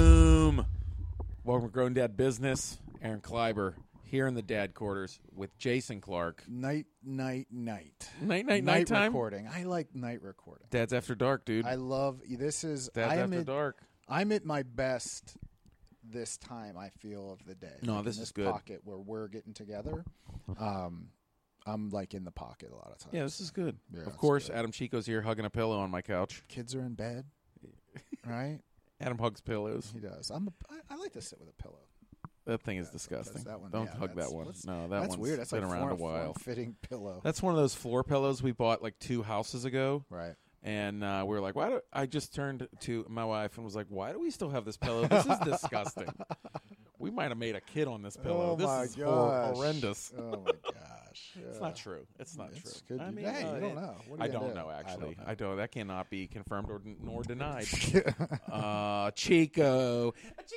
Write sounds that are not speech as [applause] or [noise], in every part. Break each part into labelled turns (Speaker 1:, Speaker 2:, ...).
Speaker 1: Boom. Welcome to Grown Dad Business. Aaron Kleiber here in the dad quarters with Jason Clark.
Speaker 2: Night, night, night.
Speaker 1: Night, night, night time.
Speaker 2: recording. I like night recording.
Speaker 1: Dad's after dark, dude.
Speaker 2: I love this is
Speaker 1: Dad's
Speaker 2: I am
Speaker 1: after
Speaker 2: at,
Speaker 1: dark.
Speaker 2: I'm at my best this time I feel of the day.
Speaker 1: No,
Speaker 2: Like,
Speaker 1: this
Speaker 2: in
Speaker 1: is
Speaker 2: this
Speaker 1: good.
Speaker 2: pocket where we're getting together. Um I'm like in the pocket a lot of times.
Speaker 1: Yeah, this is good.
Speaker 2: Yeah,
Speaker 1: of
Speaker 2: it's
Speaker 1: course,
Speaker 2: good.
Speaker 1: Adam Chico's here hugging a pillow on my couch.
Speaker 2: Kids are in bed. Right?
Speaker 1: Adam hugs pillows.
Speaker 2: He does. I'm a, I, I like to sit with a pillow.
Speaker 1: That thing is
Speaker 2: that's-
Speaker 1: disgusting.
Speaker 2: that one-
Speaker 1: Don't
Speaker 2: yeah,
Speaker 1: hug that
Speaker 2: that's-
Speaker 1: one.
Speaker 2: what's-
Speaker 1: No, that
Speaker 2: That's
Speaker 1: one's
Speaker 2: weird. That's
Speaker 1: been
Speaker 2: like
Speaker 1: around
Speaker 2: form,
Speaker 1: a while.
Speaker 2: fitting pillow.
Speaker 1: That's one of those floor pillows we bought like two houses ago.
Speaker 2: right.
Speaker 1: and uh, we were like, "Why?" Do, I just turned to my wife and was like, "Why do we still have this pillow? This
Speaker 2: [laughs]
Speaker 1: is disgusting. we might have made a kid on this [laughs] pillow.
Speaker 2: oh
Speaker 1: this
Speaker 2: my
Speaker 1: is hor-
Speaker 2: gosh.
Speaker 1: horrendous.
Speaker 2: Oh my gosh.
Speaker 1: It's
Speaker 2: Yeah.
Speaker 1: not true. It's not
Speaker 2: It's
Speaker 1: true.
Speaker 2: could
Speaker 1: I
Speaker 2: be-
Speaker 1: mean,
Speaker 2: hey,
Speaker 1: uh,
Speaker 2: you don't
Speaker 1: it-
Speaker 2: know. What are
Speaker 1: I
Speaker 2: you gonna
Speaker 1: don't
Speaker 2: do?
Speaker 1: know. Actually,
Speaker 2: know.
Speaker 1: I don't. That cannot be confirmed or
Speaker 2: [laughs]
Speaker 1: nor denied. uh, Chico, Chico.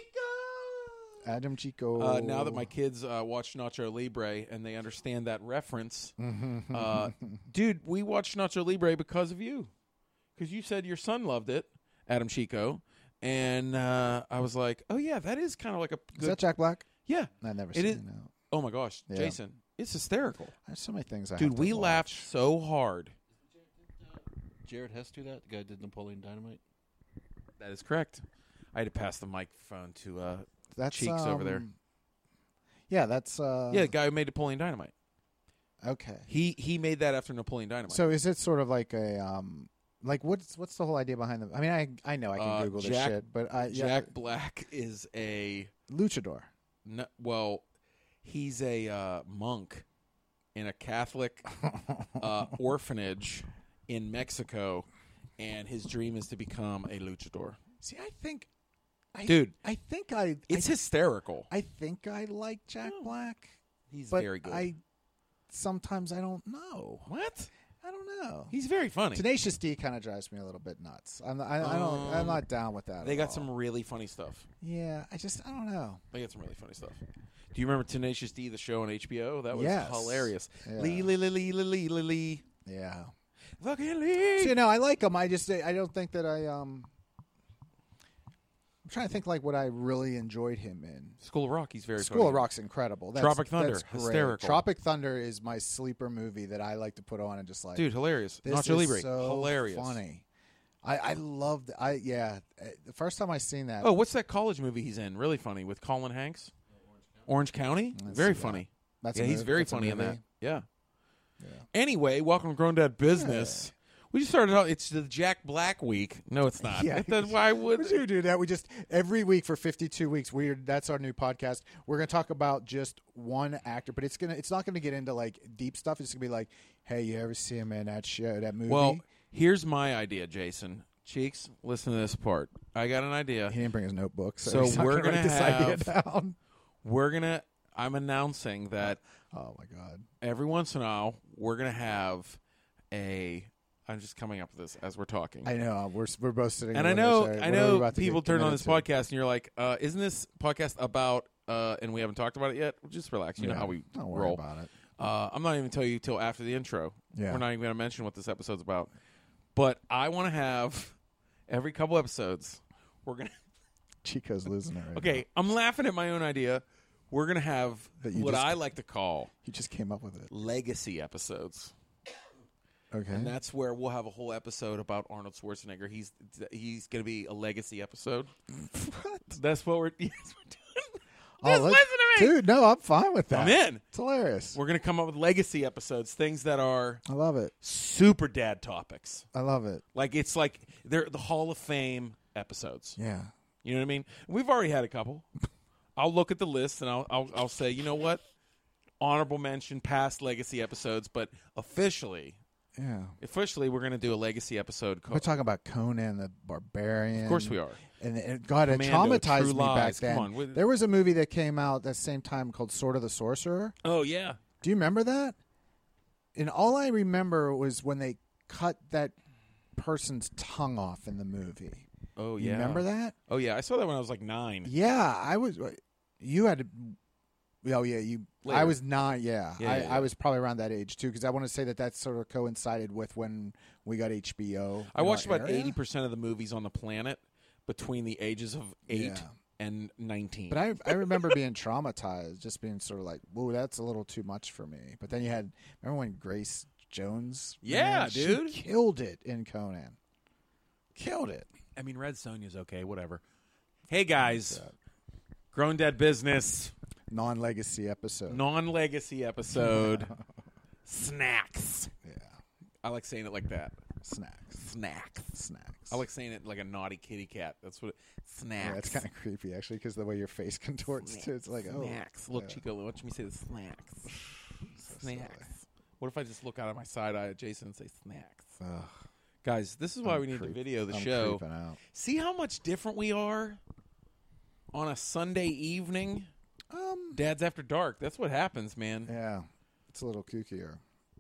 Speaker 2: Adam Chico.
Speaker 1: Uh, now
Speaker 2: Oh.
Speaker 1: that my kids uh, watch Nacho Libre and they understand that reference,
Speaker 2: Mm-hmm. [laughs]
Speaker 1: uh, dude, we watched Nacho Libre because of you, because you said your son loved it, Adam Chico, and uh, I was like, oh yeah, that is kind of like a
Speaker 2: is
Speaker 1: good,
Speaker 2: that Jack Black?
Speaker 1: yeah.
Speaker 2: I never
Speaker 1: It
Speaker 2: seen
Speaker 1: is-
Speaker 2: it. No.
Speaker 1: Oh my gosh,
Speaker 2: Yeah.
Speaker 1: Jason, it's hysterical,
Speaker 2: There's so many things I have
Speaker 1: dude.
Speaker 2: to
Speaker 1: We
Speaker 2: watch.
Speaker 1: laughed so hard.
Speaker 3: Jared Hess do that? The guy did Napoleon Dynamite?
Speaker 1: That is correct. I had to pass the microphone to uh,
Speaker 2: That's,
Speaker 1: cheeks over there.
Speaker 2: um, Yeah, that's uh,
Speaker 1: yeah, the guy who made Napoleon Dynamite.
Speaker 2: Okay,
Speaker 1: He he made that after Napoleon Dynamite.
Speaker 2: so is it sort of like a um, like what's what's the whole idea behind them? I mean, I I know I can
Speaker 1: Uh,
Speaker 2: Google this
Speaker 1: Jack-
Speaker 2: shit, but I yeah,
Speaker 1: Jack Black is a
Speaker 2: luchador. [laughs]
Speaker 1: No, well, he's a uh, monk in a Catholic
Speaker 2: [laughs]
Speaker 1: uh, orphanage in Mexico, and his dream is to become a luchador.
Speaker 2: See, I think, I,
Speaker 1: Dude.
Speaker 2: I think I
Speaker 1: It's hysterical.
Speaker 2: I, I think I like Jack
Speaker 1: No.
Speaker 2: Black,
Speaker 1: He's
Speaker 2: but
Speaker 1: very good.
Speaker 2: I sometimes I don't know.
Speaker 1: what?
Speaker 2: I don't know.
Speaker 1: He's very funny.
Speaker 2: Tenacious D kind of drives me a little bit nuts. I'm I, I don't
Speaker 1: Um,
Speaker 2: I'm not down with that.
Speaker 1: They
Speaker 2: at
Speaker 1: got
Speaker 2: all.
Speaker 1: some really funny stuff.
Speaker 2: Yeah, I just I don't know.
Speaker 1: They got some really funny stuff. Do you remember Tenacious D, the show on HBO? That was
Speaker 2: Yes.
Speaker 1: hilarious.
Speaker 2: Yeah.
Speaker 1: Lee, lee, lee, lee, lee, lee, lee, lee.
Speaker 2: Yeah.
Speaker 1: Fucking lee.
Speaker 2: So, you know, I like them. I just I don't think that I um. I'm trying to think like what I really enjoyed him in.
Speaker 1: School of Rock, he's very
Speaker 2: School of
Speaker 1: funny.
Speaker 2: Rock's incredible. That's,
Speaker 1: Tropic Thunder,
Speaker 2: that's great.
Speaker 1: hysterical.
Speaker 2: Tropic Thunder is my sleeper movie that I like to put on and just like,
Speaker 1: Dude, hilarious.
Speaker 2: this
Speaker 1: Nacho
Speaker 2: is
Speaker 1: Libre,
Speaker 2: so
Speaker 1: hilarious.
Speaker 2: funny. I I loved. I yeah. uh, The first time I seen that.
Speaker 1: Oh, what's that college movie he's in? Really funny with Colin Hanks. Orange County.
Speaker 2: Let's
Speaker 1: very
Speaker 2: see that.
Speaker 1: funny.
Speaker 2: that's
Speaker 1: yeah,
Speaker 2: a
Speaker 1: he's
Speaker 2: mov-
Speaker 1: very
Speaker 2: that's a
Speaker 1: funny in that.
Speaker 2: movie.
Speaker 1: Yeah.
Speaker 2: Yeah.
Speaker 1: Anyway, welcome to Grown Dad Business. We just started out. It's the Jack Black week. No, it's not.
Speaker 2: [laughs] Yeah.
Speaker 1: Then why would?
Speaker 2: Would you do that? We just every week for 52 weeks. We're that's our new podcast. We're going to talk about just one actor, but it's gonna it's not going to get into like deep stuff. It's going to be like, hey, you ever see him in that show, that movie?
Speaker 1: Well, here's my idea, Jason. Cheeks, listen to this part. I got an idea.
Speaker 2: he didn't bring his notebook, so,
Speaker 1: So
Speaker 2: he's not
Speaker 1: we're
Speaker 2: gonna [laughs] write
Speaker 1: gonna
Speaker 2: this idea down. [laughs]
Speaker 1: We're gonna. I'm announcing that
Speaker 2: Oh my god!
Speaker 1: every once in a while we're gonna have a. I'm just coming up with this as we're talking.
Speaker 2: I know Uh, we're we're both sitting.
Speaker 1: and
Speaker 2: here
Speaker 1: I
Speaker 2: like,
Speaker 1: know,
Speaker 2: sorry,
Speaker 1: I
Speaker 2: what are we
Speaker 1: know,
Speaker 2: uh, about to
Speaker 1: people
Speaker 2: get
Speaker 1: turn on
Speaker 2: committed
Speaker 1: this
Speaker 2: to?
Speaker 1: podcast and you're like, uh, "Isn't this podcast about?" Uh, and we haven't talked about it yet. Just relax. You know
Speaker 2: Yeah,
Speaker 1: how we
Speaker 2: Don't worry
Speaker 1: roll.
Speaker 2: about it.
Speaker 1: Uh, I'm not even tell you till after the intro.
Speaker 2: Yeah.
Speaker 1: We're not even going to mention what this episode's about. But I want to have every couple episodes. We're gonna. [laughs]
Speaker 2: Chico's losing it. Right now.
Speaker 1: Okay, I'm laughing at my own idea. We're gonna have
Speaker 2: That you
Speaker 1: what
Speaker 2: just-
Speaker 1: I like to call
Speaker 2: he just came up with it.
Speaker 1: legacy episodes.
Speaker 2: Okay,
Speaker 1: And that's where we'll have a whole episode about Arnold Schwarzenegger. He's he's going to be a legacy episode.
Speaker 2: What?
Speaker 1: That's what we're, [laughs] yes, we're doing.
Speaker 2: Oh,
Speaker 1: Just
Speaker 2: let's-
Speaker 1: listen to me.
Speaker 2: dude. No, I'm fine with that.
Speaker 1: I'm in.
Speaker 2: It's hilarious.
Speaker 1: We're going to come up with legacy episodes, things that are
Speaker 2: I love it.
Speaker 1: super dad topics.
Speaker 2: I love it.
Speaker 1: Like it's like they're the Hall of Fame episodes.
Speaker 2: Yeah.
Speaker 1: You know what I mean? We've already had a couple. I'll look at the list and I'll I'll, I'll say, you know what? Honorable mention, past legacy episodes, but officially,
Speaker 2: Yeah.
Speaker 1: officially, we're going to do a legacy episode.
Speaker 2: We're
Speaker 1: Called,
Speaker 2: talking about Conan the Barbarian.
Speaker 1: Oh. of course, we are.
Speaker 2: And, and God, it
Speaker 1: Commando,
Speaker 2: traumatized
Speaker 1: True
Speaker 2: me
Speaker 1: Lies.
Speaker 2: back then.
Speaker 1: Come on, with-
Speaker 2: There was a movie that came out that same time called Sword of the Sorcerer.
Speaker 1: Oh yeah,
Speaker 2: Do you remember that? And all I remember was when they cut that person's tongue off in the movie.
Speaker 1: oh
Speaker 2: You
Speaker 1: yeah.
Speaker 2: remember that?
Speaker 1: Oh yeah, I saw that when I was like nine.
Speaker 2: Yeah, I was. uh, You had. to- Oh yeah, you. I
Speaker 1: Later.
Speaker 2: was not. Yeah,
Speaker 1: Yeah,
Speaker 2: I,
Speaker 1: yeah, yeah.
Speaker 2: I was probably around that age too because I want to say that that sort of coincided with when we got HBO.
Speaker 1: I
Speaker 2: in
Speaker 1: watched
Speaker 2: our
Speaker 1: about
Speaker 2: area.
Speaker 1: eighty percent of the movies on the planet between the ages of eight
Speaker 2: Yeah.
Speaker 1: and nineteen.
Speaker 2: But I, I remember being traumatized, just being sort of like, whoa, that's a little too much for me. But then you had, remember when Grace Jones?
Speaker 1: Yeah,
Speaker 2: man, she
Speaker 1: dude.
Speaker 2: killed it in Conan. Killed it.
Speaker 1: I mean, Red Sonja's okay, whatever. Hey guys, Grown Dead Business
Speaker 2: Non legacy episode.
Speaker 1: non-legacy
Speaker 2: [laughs]
Speaker 1: episode snacks.
Speaker 2: Yeah.
Speaker 1: I like saying it like that.
Speaker 2: Snacks.
Speaker 1: Snacks.
Speaker 2: Snacks.
Speaker 1: I like saying it like a naughty kitty cat. That's what it, snacks.
Speaker 2: Yeah, that's kind of creepy, actually, because the way your face [laughs] contorts, too. It's like, oh.
Speaker 1: snacks. Look,
Speaker 2: yeah.
Speaker 1: Chico, watch me say the snacks.
Speaker 2: silly.
Speaker 1: snacks. What if I just look out of my side eye at Jason and say snacks?
Speaker 2: Ugh,
Speaker 1: Guys, this is why
Speaker 2: I'm
Speaker 1: we need to
Speaker 2: creep-
Speaker 1: video the
Speaker 2: I'm
Speaker 1: show.
Speaker 2: creeping out.
Speaker 1: See how much different we are on a Sunday evening.
Speaker 2: Um,
Speaker 1: Dad's after dark. That's what happens, man.
Speaker 2: yeah. It's a little kookier.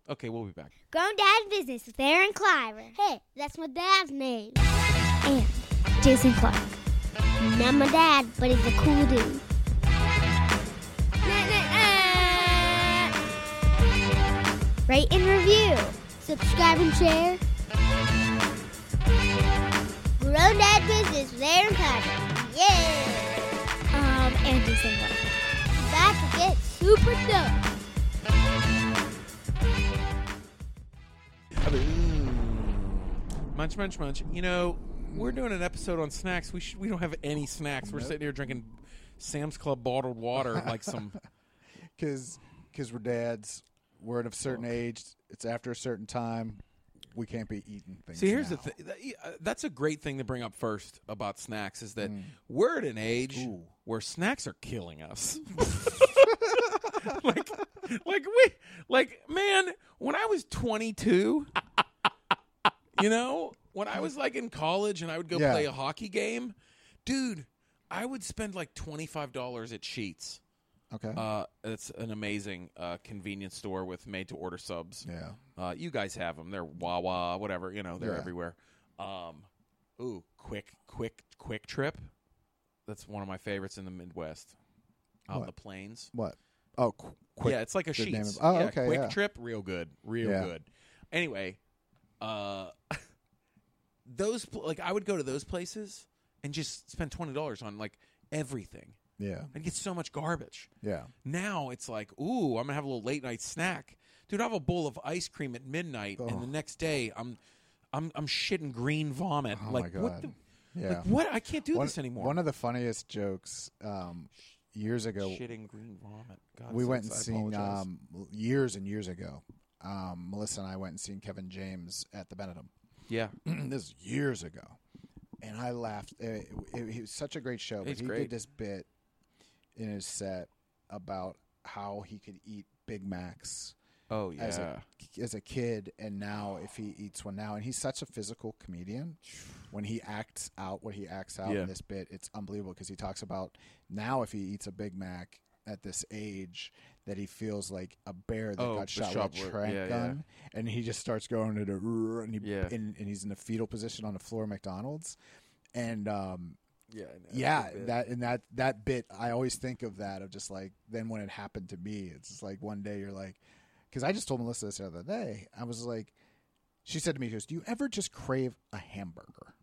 Speaker 1: Okay, we'll be back.
Speaker 4: Grown Dad Business with Aaron Cliver. Hey, that's my dad's name. And Jason Clark. Not my dad, but he's a cool dude. Rate and review. Subscribe and share. Grown Dad Business with Aaron Cliver. Yeah! Um, and Jason Clark. Back to get super dope.
Speaker 1: Munch, munch, munch. You know, we're doing an episode on snacks. We should. We don't have any snacks. We're sitting here drinking Sam's Club bottled water, like some.
Speaker 2: because because we're dads. We're at a certain age. It's after a certain time. We can't be eating things.
Speaker 1: See, here's
Speaker 2: now.
Speaker 1: the thing. uh, That's a great thing to bring up first about snacks is that we're at an age
Speaker 2: Mm. Ooh.
Speaker 1: where snacks are killing
Speaker 2: [laughs]
Speaker 1: us. [laughs] like, like we, like man, when I was 22, you know, when I was like in college and I would go
Speaker 2: Yeah.
Speaker 1: play a hockey game, dude, I would spend like twenty five dollars at Sheets.
Speaker 2: Okay.
Speaker 1: Uh, it's an amazing uh, convenience store with made to order subs.
Speaker 2: yeah.
Speaker 1: Uh, you guys have them. They're Wawa, whatever. You know, they're
Speaker 2: Yeah.
Speaker 1: everywhere. Um, ooh, quick, quick, quick trip. That's one of my favorites in the Midwest. Out in
Speaker 2: What?
Speaker 1: the plains.
Speaker 2: What? Oh, qu- quick.
Speaker 1: yeah, it's like a
Speaker 2: the name
Speaker 1: sheets.
Speaker 2: of- oh,
Speaker 1: yeah,
Speaker 2: okay,
Speaker 1: Quick
Speaker 2: yeah.
Speaker 1: trip, real good, real
Speaker 2: Yeah.
Speaker 1: good. Anyway, uh, [laughs] those pl- like I would go to those places and just spend twenty dollars on like everything.
Speaker 2: Yeah.
Speaker 1: I'd get so much garbage.
Speaker 2: Yeah.
Speaker 1: Now it's like, ooh, I'm gonna have a little late night snack, dude. I have a bowl of ice cream at midnight, and the
Speaker 2: Ugh.
Speaker 1: next day I'm, I'm, I'm shitting green vomit.
Speaker 2: Oh
Speaker 1: like
Speaker 2: my
Speaker 1: what? The,
Speaker 2: God. Yeah.
Speaker 1: Like what? I can't do
Speaker 2: one,
Speaker 1: this anymore.
Speaker 2: One of the funniest jokes um, years ago.
Speaker 1: shitting green vomit. God,
Speaker 2: we went and
Speaker 1: sucks. I
Speaker 2: seen
Speaker 1: apologize.
Speaker 2: um, years and years ago. Um, Melissa and I went and seen Kevin James at the Benedum.
Speaker 1: yeah,
Speaker 2: [clears throat] this is years ago, and I laughed. Eh, It, it, it was such a great show. But
Speaker 1: He's
Speaker 2: he
Speaker 1: great.
Speaker 2: did this bit in his set about how he could eat Big Macs
Speaker 1: oh yeah.
Speaker 2: as a as a kid, and now if he eats one now, and he's such a physical comedian. When he acts out what he acts out
Speaker 1: Yeah.
Speaker 2: in this bit, it's unbelievable because he talks about now if he eats a Big Mac at this age that he feels like a bear that
Speaker 1: Oh,
Speaker 2: got
Speaker 1: the
Speaker 2: shot
Speaker 1: shot
Speaker 2: with a
Speaker 1: would-
Speaker 2: trank
Speaker 1: yeah, yeah.
Speaker 2: gun, and he just starts going to the and, he,
Speaker 1: Yeah.
Speaker 2: and, and he's in a fetal position on the floor of McDonald's, and um,
Speaker 1: yeah,
Speaker 2: yeah, that and that that bit I always think of that of just like then when it happened to me, it's just like one day you're like, because I just told Melissa this the other day. I was like, she said to me, she goes, "Do you ever just crave a hamburger?"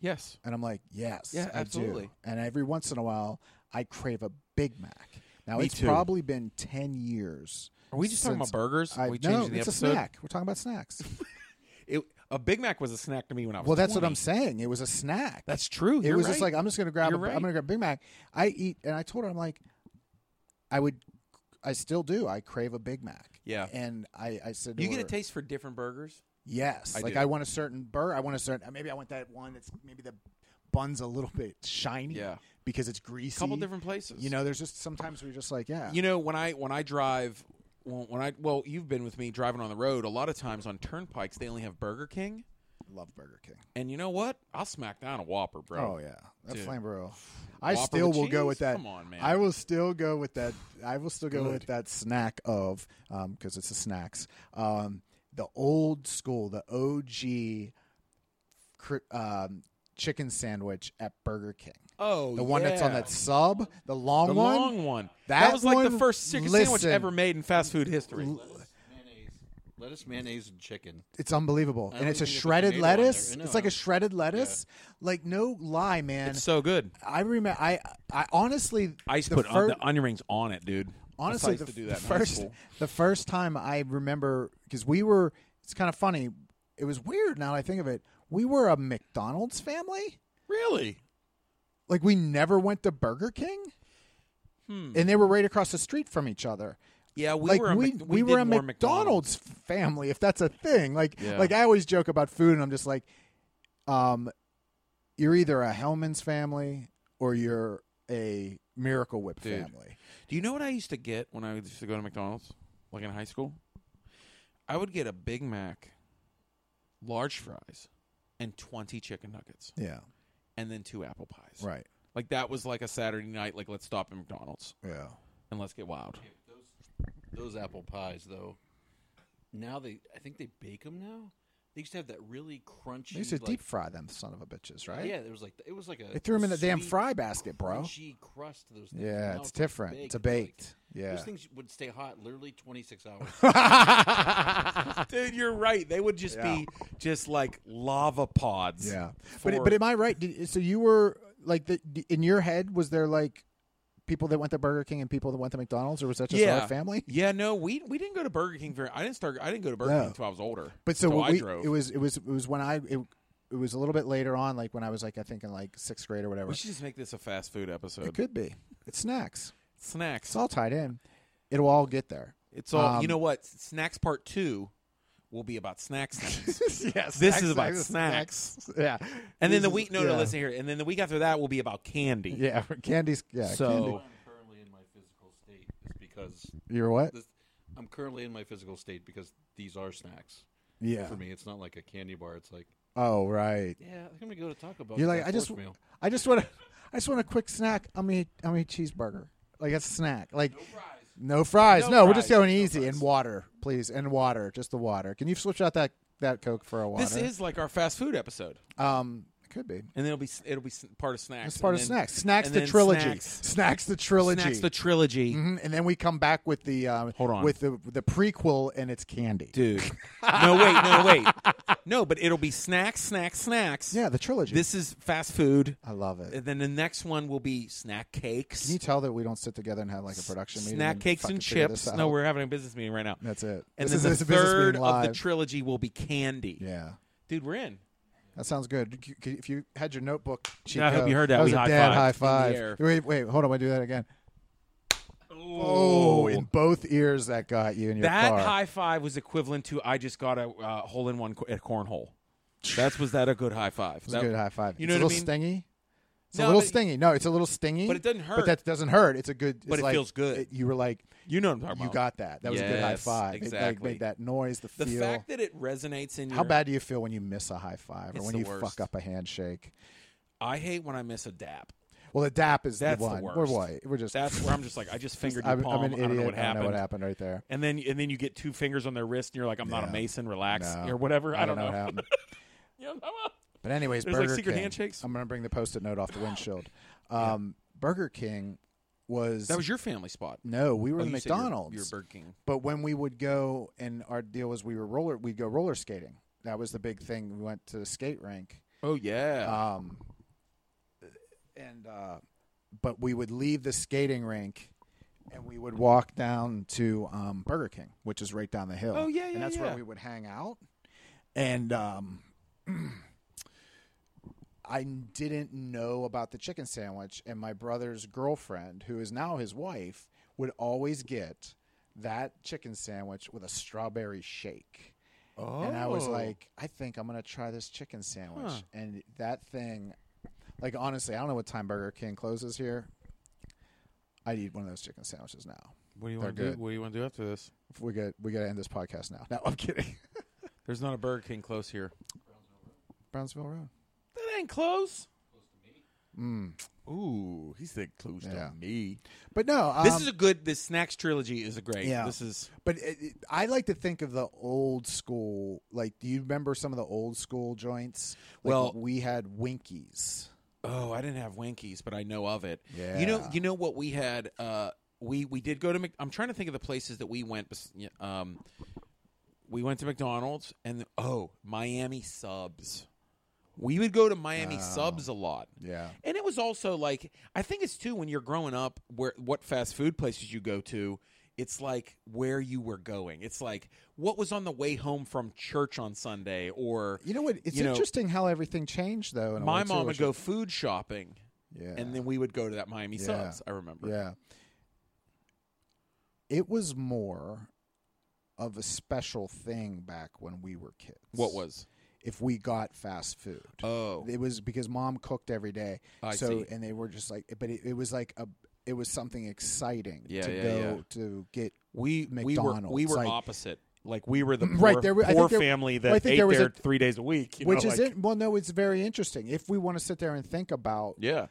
Speaker 1: yes.
Speaker 2: And I'm like, "Yes,
Speaker 1: Yeah,
Speaker 2: I do."
Speaker 1: absolutely.
Speaker 2: And every once in a while, I crave a Big Mac. Now
Speaker 1: Me
Speaker 2: it's
Speaker 1: too.
Speaker 2: probably been ten years.
Speaker 1: Are we just talking about
Speaker 2: since
Speaker 1: burgers?
Speaker 2: I,
Speaker 1: Are we
Speaker 2: no,
Speaker 1: changing the
Speaker 2: it's
Speaker 1: episode?
Speaker 2: a snack. We're talking
Speaker 1: [laughs]
Speaker 2: about snacks.
Speaker 1: It, a Big Mac was a snack to me when I was.
Speaker 2: well, that's what
Speaker 1: 20.
Speaker 2: I'm saying. It was a snack.
Speaker 1: That's true.
Speaker 2: It
Speaker 1: You're
Speaker 2: was just
Speaker 1: right.
Speaker 2: like I'm just gonna grab. A,
Speaker 1: You're right.
Speaker 2: I'm gonna grab a Big Mac. I eat, and I told her I'm like, I would, I still do. I crave a Big Mac.
Speaker 1: Yeah.
Speaker 2: and I, I said, to
Speaker 1: you get a
Speaker 2: her,
Speaker 1: taste for different burgers.
Speaker 2: Yes,
Speaker 1: I
Speaker 2: like
Speaker 1: do.
Speaker 2: I want a certain burr. I want a certain. Maybe I want that one that's maybe the bun's a little bit shiny.
Speaker 1: Yeah.
Speaker 2: because it's greasy.
Speaker 1: A couple different places.
Speaker 2: You know, there's just sometimes we're just like, yeah,
Speaker 1: You know, when I when I drive, when when I well, you've been with me driving on the road. A lot of times on turnpikes, they only have Burger King,
Speaker 2: love Burger King.
Speaker 1: and you know what? I'll smack down a Whopper, bro.
Speaker 2: Oh yeah, that
Speaker 1: Dude.
Speaker 2: flame burrito. I
Speaker 1: Whopper
Speaker 2: still
Speaker 1: with
Speaker 2: will go
Speaker 1: cheese?
Speaker 2: with that.
Speaker 1: Come on, man.
Speaker 2: I will still go with that. I will still go
Speaker 1: Good.
Speaker 2: with that snack of because it's a snacks. Um, the old school, the OG cri- um, chicken sandwich at Burger King.
Speaker 1: Oh,
Speaker 2: The one that's on
Speaker 1: yeah.
Speaker 2: that sub, the long
Speaker 1: the
Speaker 2: one.
Speaker 1: long one. That,
Speaker 2: That
Speaker 1: was like the
Speaker 2: one-
Speaker 1: first chicken sandwich
Speaker 2: listen.
Speaker 1: ever made in fast food history.
Speaker 3: Mayonnaise. Lettuce, mayonnaise, and chicken.
Speaker 2: It's unbelievable,
Speaker 3: I
Speaker 2: and
Speaker 3: don't
Speaker 2: it's a
Speaker 3: even get the
Speaker 2: shredded
Speaker 3: tomato on there.
Speaker 2: lettuce.
Speaker 3: I know,
Speaker 2: It's like a
Speaker 3: I'm-
Speaker 2: shredded lettuce. Like no lie, man.
Speaker 1: It's so good.
Speaker 2: I remember. I I honestly
Speaker 1: I used to
Speaker 2: the
Speaker 1: put on
Speaker 2: fir-
Speaker 1: the onion rings on it, dude.
Speaker 2: honestly
Speaker 1: That's how I
Speaker 2: the,
Speaker 1: used to do that
Speaker 2: the
Speaker 1: in high
Speaker 2: first
Speaker 1: school.
Speaker 2: the first time I remember because we were. It's kind of funny. It was weird now that I think of it. We were a McDonald's family.
Speaker 1: Really?
Speaker 2: Like we never went to Burger King,
Speaker 1: Hmm.
Speaker 2: and they were right across the street from each other.
Speaker 1: Yeah, we
Speaker 2: like
Speaker 1: were a
Speaker 2: we,
Speaker 1: Mc- we
Speaker 2: we, were
Speaker 1: did
Speaker 2: a
Speaker 1: more
Speaker 2: McDonald's, family, if that's a thing. Like
Speaker 1: Yeah.
Speaker 2: like I always joke about food, and I'm just like, um, you're either a Hellman's family or you're a Miracle Whip
Speaker 1: Dude.
Speaker 2: family.
Speaker 1: Do you know what I used to get when I used to go to McDonald's, like in high school? I would get a Big Mac, large fries, and twenty chicken nuggets,
Speaker 2: Yeah,
Speaker 1: and then two apple pies.
Speaker 2: right.
Speaker 1: Like that was like a Saturday night. Like let's stop at McDonald's
Speaker 2: Yeah,
Speaker 1: and let's get wild. [laughs]
Speaker 3: Those apple pies, though. Now they, I think they bake them now. They used to have that really crunchy.
Speaker 2: they used to
Speaker 3: like-
Speaker 2: deep fry them, son of a bitches, right?
Speaker 3: Yeah, it was like it was like a.
Speaker 2: they threw them in the damn
Speaker 3: sweet,
Speaker 2: fry basket, bro.
Speaker 3: Crunchy crust. to Those things.
Speaker 2: Yeah,
Speaker 3: Now
Speaker 2: it's different. It's a
Speaker 3: like-
Speaker 2: baked. Yeah.
Speaker 3: Those things would stay hot literally 26
Speaker 2: [laughs]
Speaker 3: hours.
Speaker 1: Dude, you're right. They would just
Speaker 2: Yeah.
Speaker 1: be just like lava pods.
Speaker 2: Yeah, but
Speaker 1: for-
Speaker 2: but am I right? Did, so you were like the, in your head was there like people that went to Burger King and people that went to McDonald's, or was that just
Speaker 1: yeah,
Speaker 2: our family? [laughs]
Speaker 1: Yeah, no, we we didn't go to Burger King very. I didn't start. I didn't go to Burger
Speaker 2: No.
Speaker 1: King until I was older.
Speaker 2: But so,
Speaker 1: Till
Speaker 2: what
Speaker 1: I
Speaker 2: we,
Speaker 1: drove.
Speaker 2: it was it was it was when I it, it was a little bit later on, like when I was like I think in like sixth grade or whatever.
Speaker 1: we should just make this a fast food episode.
Speaker 2: It could be. It's snacks.
Speaker 1: Snacks.
Speaker 2: It's all tied in. It'll all get there.
Speaker 1: It's all
Speaker 2: Um,
Speaker 1: you know. What snacks part two will be about snacks.
Speaker 2: [laughs]
Speaker 1: snacks.
Speaker 2: yes,
Speaker 1: This is about snacks.
Speaker 2: Yeah,
Speaker 1: and then
Speaker 2: This
Speaker 1: the
Speaker 2: is-
Speaker 1: week. No,
Speaker 2: yeah.
Speaker 1: no, listen here. And then the week after that will be about candy.
Speaker 2: Yeah, [laughs] candies. Yeah,
Speaker 1: So-
Speaker 2: candy.
Speaker 3: I'm currently in my physical state is because
Speaker 2: you're what?
Speaker 3: this, I'm currently in my physical state because these are snacks
Speaker 2: Yeah.
Speaker 3: for me. It's not like a candy bar. It's like
Speaker 2: Oh right.
Speaker 3: yeah, I'm gonna go to Taco Bell.
Speaker 2: You're
Speaker 3: for
Speaker 2: like
Speaker 3: my
Speaker 2: I just
Speaker 3: fourth meal.
Speaker 2: I just want to [laughs] I just want a quick snack. I'm gonna eat, I'm gonna eat cheeseburger. Like that's a snack. Like no fries. No,
Speaker 1: No
Speaker 2: we're just
Speaker 1: fries.
Speaker 2: going
Speaker 1: No
Speaker 2: easy
Speaker 1: fries.
Speaker 2: and water, please, and water, just the water. Can you switch out that that Coke for a water?
Speaker 1: This is like our fast food episode,
Speaker 2: um it could be.
Speaker 1: and then it'll be it'll be s- part of snacks.
Speaker 2: It's part
Speaker 1: and
Speaker 2: of
Speaker 1: then-
Speaker 2: snacks. Snacks
Speaker 1: and
Speaker 2: the
Speaker 1: then
Speaker 2: trilogy. Snacks,
Speaker 1: Snacks,
Speaker 2: the trilogy.
Speaker 1: Snacks the trilogy,
Speaker 2: Mhm, And then we come back with the um,
Speaker 1: Hold on.
Speaker 2: with the the prequel and it's candy.
Speaker 1: dude. [laughs] no wait,
Speaker 2: [laughs]
Speaker 1: no wait, no. But it'll be snacks, snacks, snacks.
Speaker 2: Yeah, the trilogy.
Speaker 1: This is fast food.
Speaker 2: I love it.
Speaker 1: And then the next one will be snack cakes.
Speaker 2: Can you tell that we don't sit together and have like a production meeting?
Speaker 1: snack cakes
Speaker 2: fucking
Speaker 1: and
Speaker 2: figure this
Speaker 1: chips. No,
Speaker 2: out?
Speaker 1: we're having a business meeting right now.
Speaker 2: that's it.
Speaker 1: And
Speaker 2: this is
Speaker 1: then
Speaker 2: this
Speaker 1: the
Speaker 2: is business
Speaker 1: third
Speaker 2: meeting
Speaker 1: of the
Speaker 2: live.
Speaker 1: trilogy will be candy.
Speaker 2: Yeah.
Speaker 1: Dude, we're in.
Speaker 2: That sounds good. C- c- If you had your notebook, Chico,
Speaker 1: I hope you heard that.
Speaker 2: was
Speaker 1: We
Speaker 2: a dad
Speaker 1: high-fived
Speaker 2: high
Speaker 1: in the air.
Speaker 2: five. Wait, wait, hold on. I do that again. Oh, in both ears that got you in your
Speaker 1: that
Speaker 2: car.
Speaker 1: high five was equivalent to I just got a uh, hole in one co- at cornhole. That's was that a good high five?
Speaker 2: It's a good high five.
Speaker 1: You
Speaker 2: it's
Speaker 1: know
Speaker 2: a
Speaker 1: what
Speaker 2: little
Speaker 1: I mean?
Speaker 2: stingy. It's a
Speaker 1: No,
Speaker 2: little
Speaker 1: but-
Speaker 2: stingy. No, it's a little stingy.
Speaker 1: But it doesn't
Speaker 2: But
Speaker 1: hurt.
Speaker 2: that doesn't hurt. It's a good. it's
Speaker 1: it
Speaker 2: like-
Speaker 1: feels good.
Speaker 2: it- you were like,
Speaker 1: you know what I'm talking
Speaker 2: you
Speaker 1: about.
Speaker 2: got that. That was a good high
Speaker 1: Yes,
Speaker 2: five. It like,
Speaker 1: exactly.
Speaker 2: made that noise, the,
Speaker 1: the
Speaker 2: feel.
Speaker 1: fact that it resonates in your.
Speaker 2: How bad do you feel when you miss a high five or
Speaker 1: It's
Speaker 2: when
Speaker 1: the
Speaker 2: you fuck
Speaker 1: worst.
Speaker 2: up a handshake?
Speaker 1: I hate when I miss a dap.
Speaker 2: Well, the dap is
Speaker 1: That's
Speaker 2: the
Speaker 1: the
Speaker 2: one. We're
Speaker 1: worst.
Speaker 2: what? We're just.
Speaker 1: That's where I'm just like I
Speaker 2: [laughs]
Speaker 1: just fingered your
Speaker 2: I'm,
Speaker 1: palm.
Speaker 2: I'm an idiot.
Speaker 1: I don't know what happened.
Speaker 2: right there.
Speaker 1: And then and then you get two fingers on their wrist and you're like I'm not
Speaker 2: Yeah.
Speaker 1: a mason. Relax
Speaker 2: No.
Speaker 1: or whatever. I,
Speaker 2: what
Speaker 1: know. [laughs]
Speaker 2: happened.
Speaker 1: You know what I'm talking about?
Speaker 2: But anyways,
Speaker 1: There's, like,
Speaker 2: Burger
Speaker 1: secret
Speaker 2: King.
Speaker 1: handshakes?
Speaker 2: I'm gonna bring the post-it note off
Speaker 1: [laughs]
Speaker 2: the windshield. Um, Burger King
Speaker 1: [laughs]
Speaker 2: was
Speaker 1: That was your family spot.
Speaker 2: no, we were
Speaker 1: Oh,
Speaker 2: in
Speaker 1: you said your-
Speaker 2: McDonald's.
Speaker 1: Your Burger King.
Speaker 2: but when we would go, and our deal was we were roller, we'd go roller skating. That was the big thing. We went to the skate rink.
Speaker 1: Oh yeah.
Speaker 2: Um, and uh, but we would leave the skating rink. And we would walk down to um, Burger King, which is right down the hill.
Speaker 1: Oh, yeah, yeah,
Speaker 2: and that's
Speaker 1: yeah.
Speaker 2: where we would hang out. And um, [clears throat] I didn't know about the chicken sandwich, and my brother's girlfriend, who is now his wife, would always get that chicken sandwich with a strawberry shake.
Speaker 1: oh.
Speaker 2: Uh, And I was like, I think I'm gonna try this chicken sandwich.
Speaker 1: Huh.
Speaker 2: And that thing, like honestly, I don't know what time Burger King closes here. I would eat one of those chicken sandwiches now.
Speaker 1: What do you
Speaker 2: They're
Speaker 1: want to do?
Speaker 2: good.
Speaker 1: What do you want to do after this?
Speaker 2: We got we got to end this podcast now. No, I'm kidding. [laughs]
Speaker 1: There's not a Burger King close here.
Speaker 2: Brownsville Road.
Speaker 1: That ain't close. Hmm.
Speaker 2: Mm.
Speaker 1: Ooh, he said close
Speaker 2: Yeah.
Speaker 1: to me.
Speaker 2: But no, um,
Speaker 1: this is a good. This snacks trilogy is a great.
Speaker 2: Yeah.
Speaker 1: This is
Speaker 2: But it, it, I like to think of the old school. Like, do you remember some of the old school joints? Like,
Speaker 1: Well-
Speaker 2: we had Winkies.
Speaker 1: oh, I didn't have Winkies, but I know of it.
Speaker 2: Yeah.
Speaker 1: You know, you know what we had. Uh, we we did go to. Mc- I'm trying to think of the places that we went. bes- Um, we went to McDonald's and oh, Miami subs. We would go to Miami
Speaker 2: Oh.
Speaker 1: subs a lot.
Speaker 2: Yeah.
Speaker 1: And it was also like I think it's too when you're growing up where what fast food places you go to, it's like where you were going. It's like what was on the way home from church on Sunday or
Speaker 2: You know what? It's
Speaker 1: You know-
Speaker 2: interesting how everything changed though. in a
Speaker 1: my
Speaker 2: way, too,
Speaker 1: mom would
Speaker 2: which
Speaker 1: go
Speaker 2: is-
Speaker 1: food shopping
Speaker 2: Yeah.
Speaker 1: and then we would go to that Miami
Speaker 2: Yeah.
Speaker 1: subs, I remember.
Speaker 2: Yeah. It was more of a special thing back when we were kids.
Speaker 1: What was?
Speaker 2: if we got fast food?
Speaker 1: Oh.
Speaker 2: It was because mom cooked every day.
Speaker 1: I
Speaker 2: so
Speaker 1: see.
Speaker 2: and they were just like but it, it was like a it was something exciting
Speaker 1: Yeah,
Speaker 2: to
Speaker 1: yeah,
Speaker 2: go
Speaker 1: yeah.
Speaker 2: to get
Speaker 1: We
Speaker 2: McDonald's,
Speaker 1: we were we were
Speaker 2: like-
Speaker 1: opposite. Like we were the poor,
Speaker 2: [clears throat] Right, there were- I
Speaker 1: poor
Speaker 2: think there-
Speaker 1: family that
Speaker 2: well, I think
Speaker 1: ate
Speaker 2: there was
Speaker 1: there
Speaker 2: a-
Speaker 1: three days a week. you
Speaker 2: which
Speaker 1: know,
Speaker 2: is
Speaker 1: like-
Speaker 2: it well no it's very interesting if we want to sit there and think about
Speaker 1: Yeah,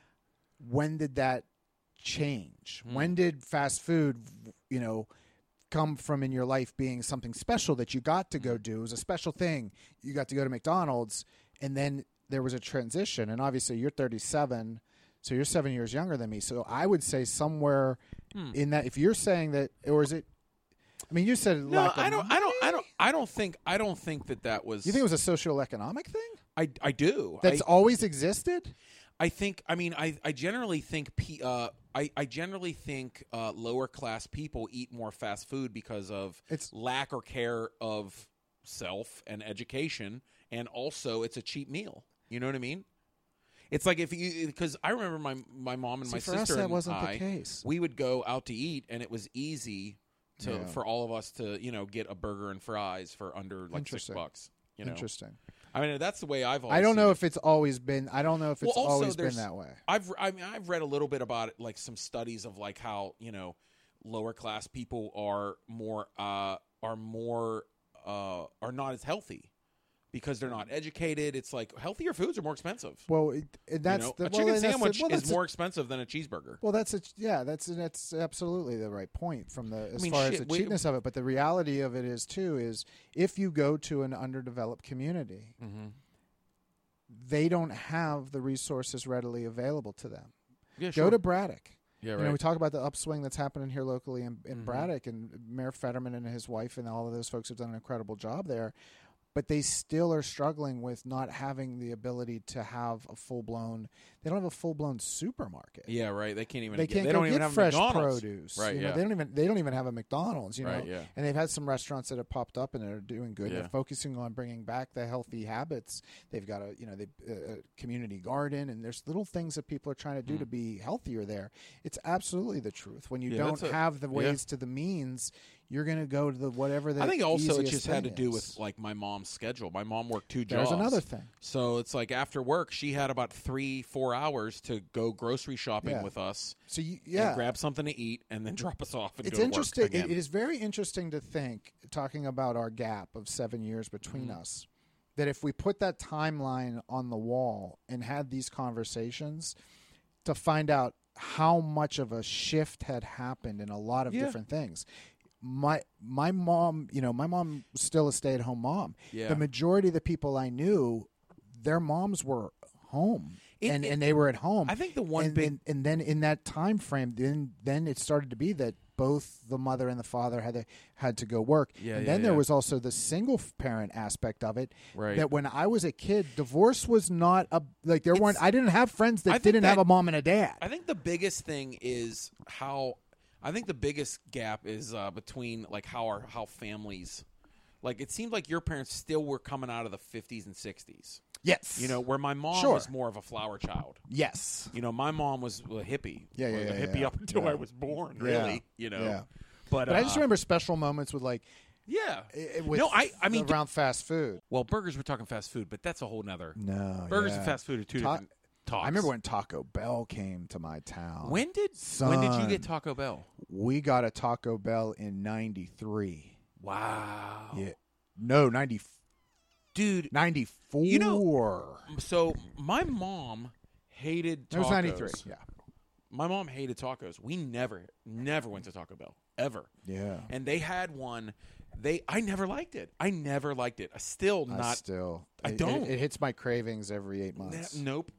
Speaker 2: when did that change
Speaker 1: Hmm.
Speaker 2: when did fast food you know come from in your life being something special that you got to
Speaker 1: Hmm.
Speaker 2: go do it was a special thing you got to go to mcdonald's and then there was a transition and obviously you're 37 so you're seven years younger than me so i would say somewhere
Speaker 1: Hmm.
Speaker 2: in that if you're saying that or is it i mean you said
Speaker 1: no,
Speaker 2: lack of-
Speaker 1: I don't, I don't, I don't, I don't think, I don't think that that was.
Speaker 2: you think it was a social economic thing
Speaker 1: I, I do.
Speaker 2: that's
Speaker 1: I,
Speaker 2: always existed
Speaker 1: I think. I mean, I, I generally think. P, uh, I, I generally think uh, lower class people eat more fast food because of
Speaker 2: It's-
Speaker 1: lack or care of self and education, and also it's a cheap meal. You know what I mean? It's like if you because I remember my my mom and
Speaker 2: See,
Speaker 1: my
Speaker 2: for
Speaker 1: sister
Speaker 2: us that
Speaker 1: and
Speaker 2: wasn't
Speaker 1: I,
Speaker 2: the case
Speaker 1: we would go out to eat and it was easy to
Speaker 2: Yeah.
Speaker 1: for all of us to you know get a burger and fries for under like six
Speaker 2: Interesting.
Speaker 1: bucks you know
Speaker 2: interesting
Speaker 1: i mean that's the way i've always
Speaker 2: I don't
Speaker 1: seen
Speaker 2: know
Speaker 1: it.
Speaker 2: if it's always been. I don't know if it's
Speaker 1: Well, also,
Speaker 2: always been
Speaker 1: there's-
Speaker 2: that way.
Speaker 1: i've i mean i've read a little bit about it, like some studies of like how you know lower class people are more uh are more uh are not as healthy because they're not educated it's like healthier foods are more expensive
Speaker 2: Well, it, and that's
Speaker 1: you know?
Speaker 2: the
Speaker 1: a
Speaker 2: well,
Speaker 1: chicken
Speaker 2: and that's the-
Speaker 1: sandwich
Speaker 2: well,
Speaker 1: is
Speaker 2: that's a-
Speaker 1: more expensive than a cheeseburger
Speaker 2: well, that's a, yeah. That's that's absolutely the right point from the as
Speaker 1: mean,
Speaker 2: far as
Speaker 1: shit,
Speaker 2: the
Speaker 1: we-
Speaker 2: cheapness of it. But the reality of it is too is if you go to an underdeveloped community,
Speaker 1: Mhm.
Speaker 2: they don't have the resources readily available to them.
Speaker 1: yeah
Speaker 2: Go to Braddock.
Speaker 1: yeah
Speaker 2: You know, we talk about the upswing that's happening here locally in, in Braddock, and Mayor Fetterman and his wife and all of those folks have done an incredible job there. But they still are struggling with not having the ability to have a full blown. They don't have a full blown supermarket.
Speaker 1: Yeah, right. They can't even.
Speaker 2: They
Speaker 1: get-
Speaker 2: can't
Speaker 1: they
Speaker 2: go
Speaker 1: don't even
Speaker 2: get
Speaker 1: have
Speaker 2: fresh
Speaker 1: McDonald's.
Speaker 2: produce.
Speaker 1: Right.
Speaker 2: you know,
Speaker 1: yeah.
Speaker 2: They don't even. They don't even have a McDonald's. You know.
Speaker 1: Right, yeah.
Speaker 2: And they've had some restaurants that have popped up and are doing good.
Speaker 1: Yeah.
Speaker 2: They're focusing on bringing back the healthy habits. They've got a you know they uh, a community garden and there's little things that people are trying to do to be healthier. There, it's absolutely the truth. When you
Speaker 1: Mm. Yeah,
Speaker 2: don't
Speaker 1: that's a-
Speaker 2: have the
Speaker 1: yeah.
Speaker 2: ways to the means, you're going to go to the whatever. The
Speaker 1: I think also it
Speaker 2: easiest
Speaker 1: just had to
Speaker 2: thing
Speaker 1: do
Speaker 2: is.
Speaker 1: with like my mom's schedule. My mom worked two
Speaker 2: There's
Speaker 1: jobs.
Speaker 2: another thing.
Speaker 1: So it's like after work, she had about three, four hours to go grocery shopping
Speaker 2: Yeah.
Speaker 1: with us.
Speaker 2: So you,
Speaker 1: and
Speaker 2: yeah,
Speaker 1: grab something to eat and then [laughs] drop us off. And
Speaker 2: it's
Speaker 1: go to work
Speaker 2: interesting. It-
Speaker 1: again.
Speaker 2: it is very interesting to think, talking about our gap of seven years between
Speaker 1: Mm-hmm.
Speaker 2: us, that if we put that timeline on the wall and had these conversations to find out how much of a shift had happened in a lot of
Speaker 1: Yeah.
Speaker 2: different things. My my mom, you know, my mom was still a stay at home mom.
Speaker 1: Yeah.
Speaker 2: The majority of the people I knew, their moms were home.
Speaker 1: It-
Speaker 2: and
Speaker 1: it-
Speaker 2: and they were at home.
Speaker 1: I think the one
Speaker 2: and,
Speaker 1: big-
Speaker 2: and, and then in that time frame, then then it started to be that both the mother and the father had to, had to go work.
Speaker 1: Yeah,
Speaker 2: and
Speaker 1: yeah,
Speaker 2: then there
Speaker 1: yeah.
Speaker 2: was also the single f- parent aspect of it.
Speaker 1: Right.
Speaker 2: That when I was a kid, divorce was not a like there weren't. I didn't have friends
Speaker 1: I
Speaker 2: that
Speaker 1: think
Speaker 2: didn't have
Speaker 1: that-
Speaker 2: a mom and a dad.
Speaker 1: I think the biggest thing is how I think the biggest gap is uh, between like how our how families like it seemed like your parents still were coming out of the 50s and 60s.
Speaker 2: yes.
Speaker 1: You know, where my mom
Speaker 2: Sure.
Speaker 1: was more of a flower child.
Speaker 2: Yes.
Speaker 1: You know, my mom was a hippie.
Speaker 2: Yeah, yeah,
Speaker 1: was a
Speaker 2: yeah,
Speaker 1: hippie
Speaker 2: yeah.
Speaker 1: up until
Speaker 2: Yeah.
Speaker 1: I was born.
Speaker 2: Yeah.
Speaker 1: Really, you know.
Speaker 2: Yeah.
Speaker 1: But,
Speaker 2: But I just
Speaker 1: uh,
Speaker 2: remember special moments with like.
Speaker 1: yeah.
Speaker 2: i- With
Speaker 1: no, I I mean,
Speaker 2: around fast food.
Speaker 1: well, burgers. We're talking fast food, but that's a whole nother.
Speaker 2: No,
Speaker 1: burgers
Speaker 2: yeah.
Speaker 1: and fast food are two
Speaker 2: Ta-
Speaker 1: different talks.
Speaker 2: I remember when Taco Bell came to my town.
Speaker 1: When did when did you
Speaker 2: Um, Son.
Speaker 1: get Taco Bell?
Speaker 2: we got a Taco Bell in '93.
Speaker 1: Wow.
Speaker 2: Yeah. No, 90,
Speaker 1: Dude,
Speaker 2: 94.
Speaker 1: You know- so my mom hated tacos.
Speaker 2: it was 93. Yeah.
Speaker 1: My mom hated tacos. We never never went to Taco Bell ever.
Speaker 2: Yeah.
Speaker 1: And they had one they I never liked it. I never liked it. I still
Speaker 2: I
Speaker 1: not
Speaker 2: still.
Speaker 1: I
Speaker 2: it- it-
Speaker 1: don't.
Speaker 2: It, hits my cravings every eight
Speaker 1: Ne-
Speaker 2: months.
Speaker 1: nope.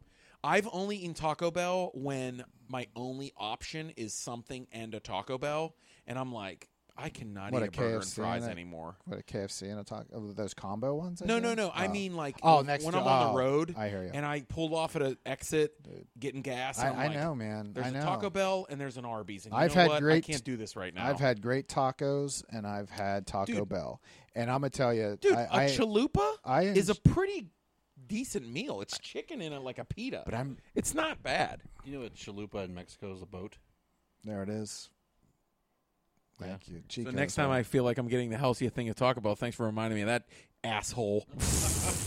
Speaker 1: I've only eaten Taco Bell when my only option is something and a Taco Bell, and I'm like, I cannot
Speaker 2: What
Speaker 1: eat
Speaker 2: a
Speaker 1: a burger and
Speaker 2: KFC,
Speaker 1: fries
Speaker 2: innit?
Speaker 1: anymore.
Speaker 2: What a KFC and a taco. oh, Those combo ones. I
Speaker 1: No,
Speaker 2: think?
Speaker 1: no, no. I
Speaker 2: Oh.
Speaker 1: mean, like,
Speaker 2: Oh,
Speaker 1: if-
Speaker 2: next
Speaker 1: when
Speaker 2: to-
Speaker 1: I'm on
Speaker 2: oh,
Speaker 1: the road
Speaker 2: I hear you.
Speaker 1: and I pulled off at an exit getting gas.
Speaker 2: I,
Speaker 1: and I'm
Speaker 2: I
Speaker 1: like,
Speaker 2: know, man.
Speaker 1: There's
Speaker 2: I know.
Speaker 1: a Taco Bell and there's an Arby's. And you
Speaker 2: I've
Speaker 1: know
Speaker 2: had
Speaker 1: what?
Speaker 2: great-
Speaker 1: I can't do this right now.
Speaker 2: I've had great tacos and I've had Taco
Speaker 1: Dude.
Speaker 2: Bell, and I'm gonna tell you,
Speaker 1: Dude,
Speaker 2: I,
Speaker 1: a
Speaker 2: I-
Speaker 1: chalupa
Speaker 2: I
Speaker 1: is a
Speaker 2: enj-
Speaker 1: pretty decent meal. It's chicken in it like a pita.
Speaker 2: but I'm
Speaker 1: it's not bad.
Speaker 3: You know what chalupa in Mexico is a boat?
Speaker 2: there. It is. Thank you.
Speaker 1: So
Speaker 2: Chico's,
Speaker 1: next time
Speaker 2: man.
Speaker 1: I feel like I'm getting the healthier thing to talk about, thanks for reminding me of that asshole. [laughs]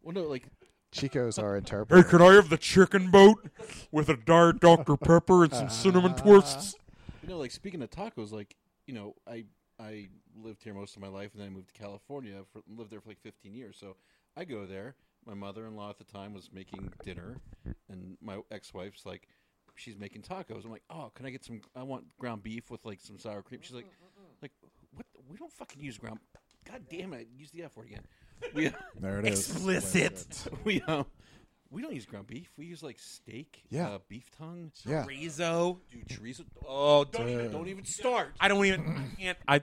Speaker 3: Well, no, like
Speaker 2: Chico's our interpreter.
Speaker 1: I have the chicken boat with a diet Dr. Pepper and some
Speaker 2: [laughs]
Speaker 1: cinnamon twists?
Speaker 3: you know, like speaking of tacos, like you know, I I lived here most of my life, and then I moved to California. For, lived there for like 15 years, so I go there. My mother-in-law at the time was making dinner, and my ex-wife's like, she's making tacos. I'm like, oh, can I get some? I want ground beef with like some sour cream. She's like, like what? We don't fucking use ground. God damn it! Use the F word again. [laughs] We
Speaker 2: there it is.
Speaker 1: Explicit.
Speaker 3: we um we don't use ground beef. We use like steak.
Speaker 2: Yeah.
Speaker 3: uh, beef tongue.
Speaker 2: Yeah. uh,
Speaker 1: Chorizo.
Speaker 3: Dude, chorizo. Oh, don't even don't even start.
Speaker 1: I don't even. I can't. I.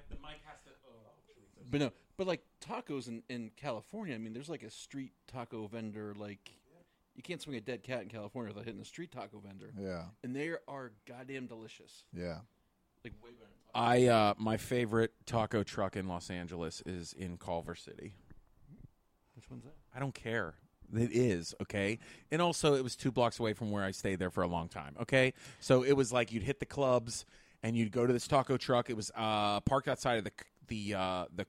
Speaker 3: But no, but like tacos in, in California, I mean, there's like a street taco vendor. Like, you can't swing a dead cat in California without hitting a street taco vendor.
Speaker 2: Yeah.
Speaker 3: And they are goddamn delicious.
Speaker 2: Yeah.
Speaker 3: Like, way better. than
Speaker 1: I uh, my favorite taco truck in Los Angeles is in Culver City.
Speaker 3: Which one's that?
Speaker 1: I don't care. It is okay, and also it was two blocks away from where I stayed there for a long time. Okay, so it was like you'd hit the clubs and you'd go to this taco truck. It was uh, parked outside of the the uh, the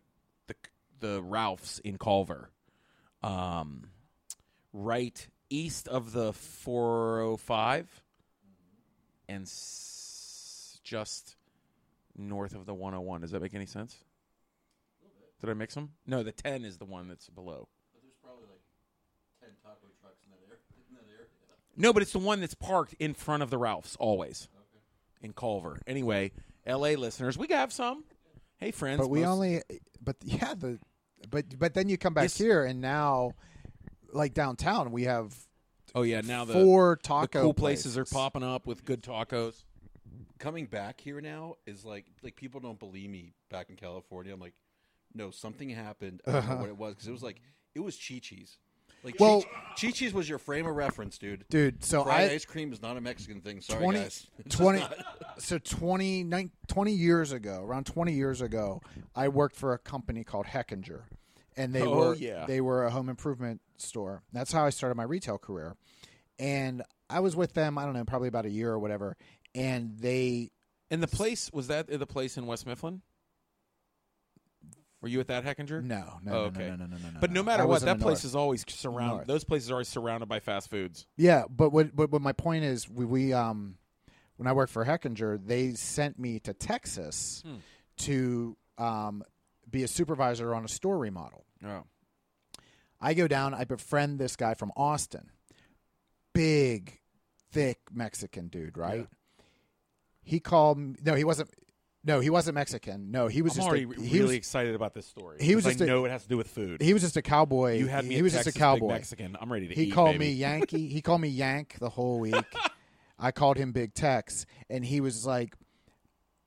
Speaker 1: the the Ralphs in Culver, um, right east of the 405, and s- just north of the 101. Does that make any sense? Did I mix them? No, the 10 is the one that's below.
Speaker 3: But there's probably like 10 taco trucks in that area. [laughs] In that area.
Speaker 1: No, but it's the one that's parked in front of the Ralphs always in Culver. Anyway, LA listeners, we have some. Hey, friends.
Speaker 2: But we
Speaker 1: most-
Speaker 2: only. But [laughs] yeah, the. But but then you come back
Speaker 1: Yes.
Speaker 2: here and now, like downtown, we have
Speaker 1: Oh, yeah. Now the,
Speaker 2: four
Speaker 1: the
Speaker 2: taco
Speaker 1: cool places, are popping up with good tacos.
Speaker 3: Coming back here now is like, like people don't believe me back in California. I'm like, no, something happened. I
Speaker 2: [laughs]
Speaker 3: don't know what it was. Because it was like, it was Chi Chi's. Like,
Speaker 2: Well-
Speaker 3: Chi Chi's was your frame of reference, dude.
Speaker 2: dude. So
Speaker 3: Fried
Speaker 2: I
Speaker 3: ice cream is not a Mexican thing. Sorry,
Speaker 1: [laughs]
Speaker 2: 20,
Speaker 3: guys.
Speaker 2: 20 so 20, nine- 20 years ago, around 20 years ago, I worked for a company called Heckinger. And they
Speaker 1: Oh,
Speaker 2: were
Speaker 1: yeah.
Speaker 2: they were a home improvement store. That's how I started my retail career. And I was with them, I don't know, probably about a year or whatever. And they
Speaker 1: And the place, was that the place in West Mifflin? Were you at that Heckinger?
Speaker 2: no, no,
Speaker 1: Oh,
Speaker 2: no,
Speaker 1: okay.
Speaker 2: no, no, no, no, no.
Speaker 1: But no
Speaker 2: no.
Speaker 1: matter
Speaker 2: I
Speaker 1: what,
Speaker 2: was in
Speaker 1: that
Speaker 2: the
Speaker 1: place
Speaker 2: north.
Speaker 1: is always surrounded.
Speaker 2: North.
Speaker 1: Those places are always surrounded by fast foods.
Speaker 2: Yeah, but what but, but my point is we, we um when I worked for Heckinger, they sent me to Texas
Speaker 1: Hmm.
Speaker 2: to um be a supervisor on a store remodel.
Speaker 1: Oh.
Speaker 2: I go down, I befriend this guy from Austin. Big, thick Mexican dude, right? He called m- no, he wasn't no, he wasn't Mexican. No, he was
Speaker 1: I'm
Speaker 2: just
Speaker 1: already
Speaker 2: a,
Speaker 1: re-
Speaker 2: he
Speaker 1: really
Speaker 2: was,
Speaker 1: excited about this story.
Speaker 2: he was
Speaker 1: 'cause
Speaker 2: just
Speaker 1: I
Speaker 2: a-
Speaker 1: know it has to do with food.
Speaker 2: he was just a cowboy.
Speaker 1: you had
Speaker 2: He-
Speaker 1: me
Speaker 2: he
Speaker 1: at
Speaker 2: was
Speaker 1: Texas
Speaker 2: just a
Speaker 1: Big
Speaker 2: cowboy.
Speaker 1: Mexican. I'm ready to
Speaker 2: He
Speaker 1: eat,
Speaker 2: called
Speaker 1: E, [laughs] baby.
Speaker 2: me Yankee. He called me Yank the
Speaker 1: [laughs]
Speaker 2: whole week. I called him Big Tex and he was like,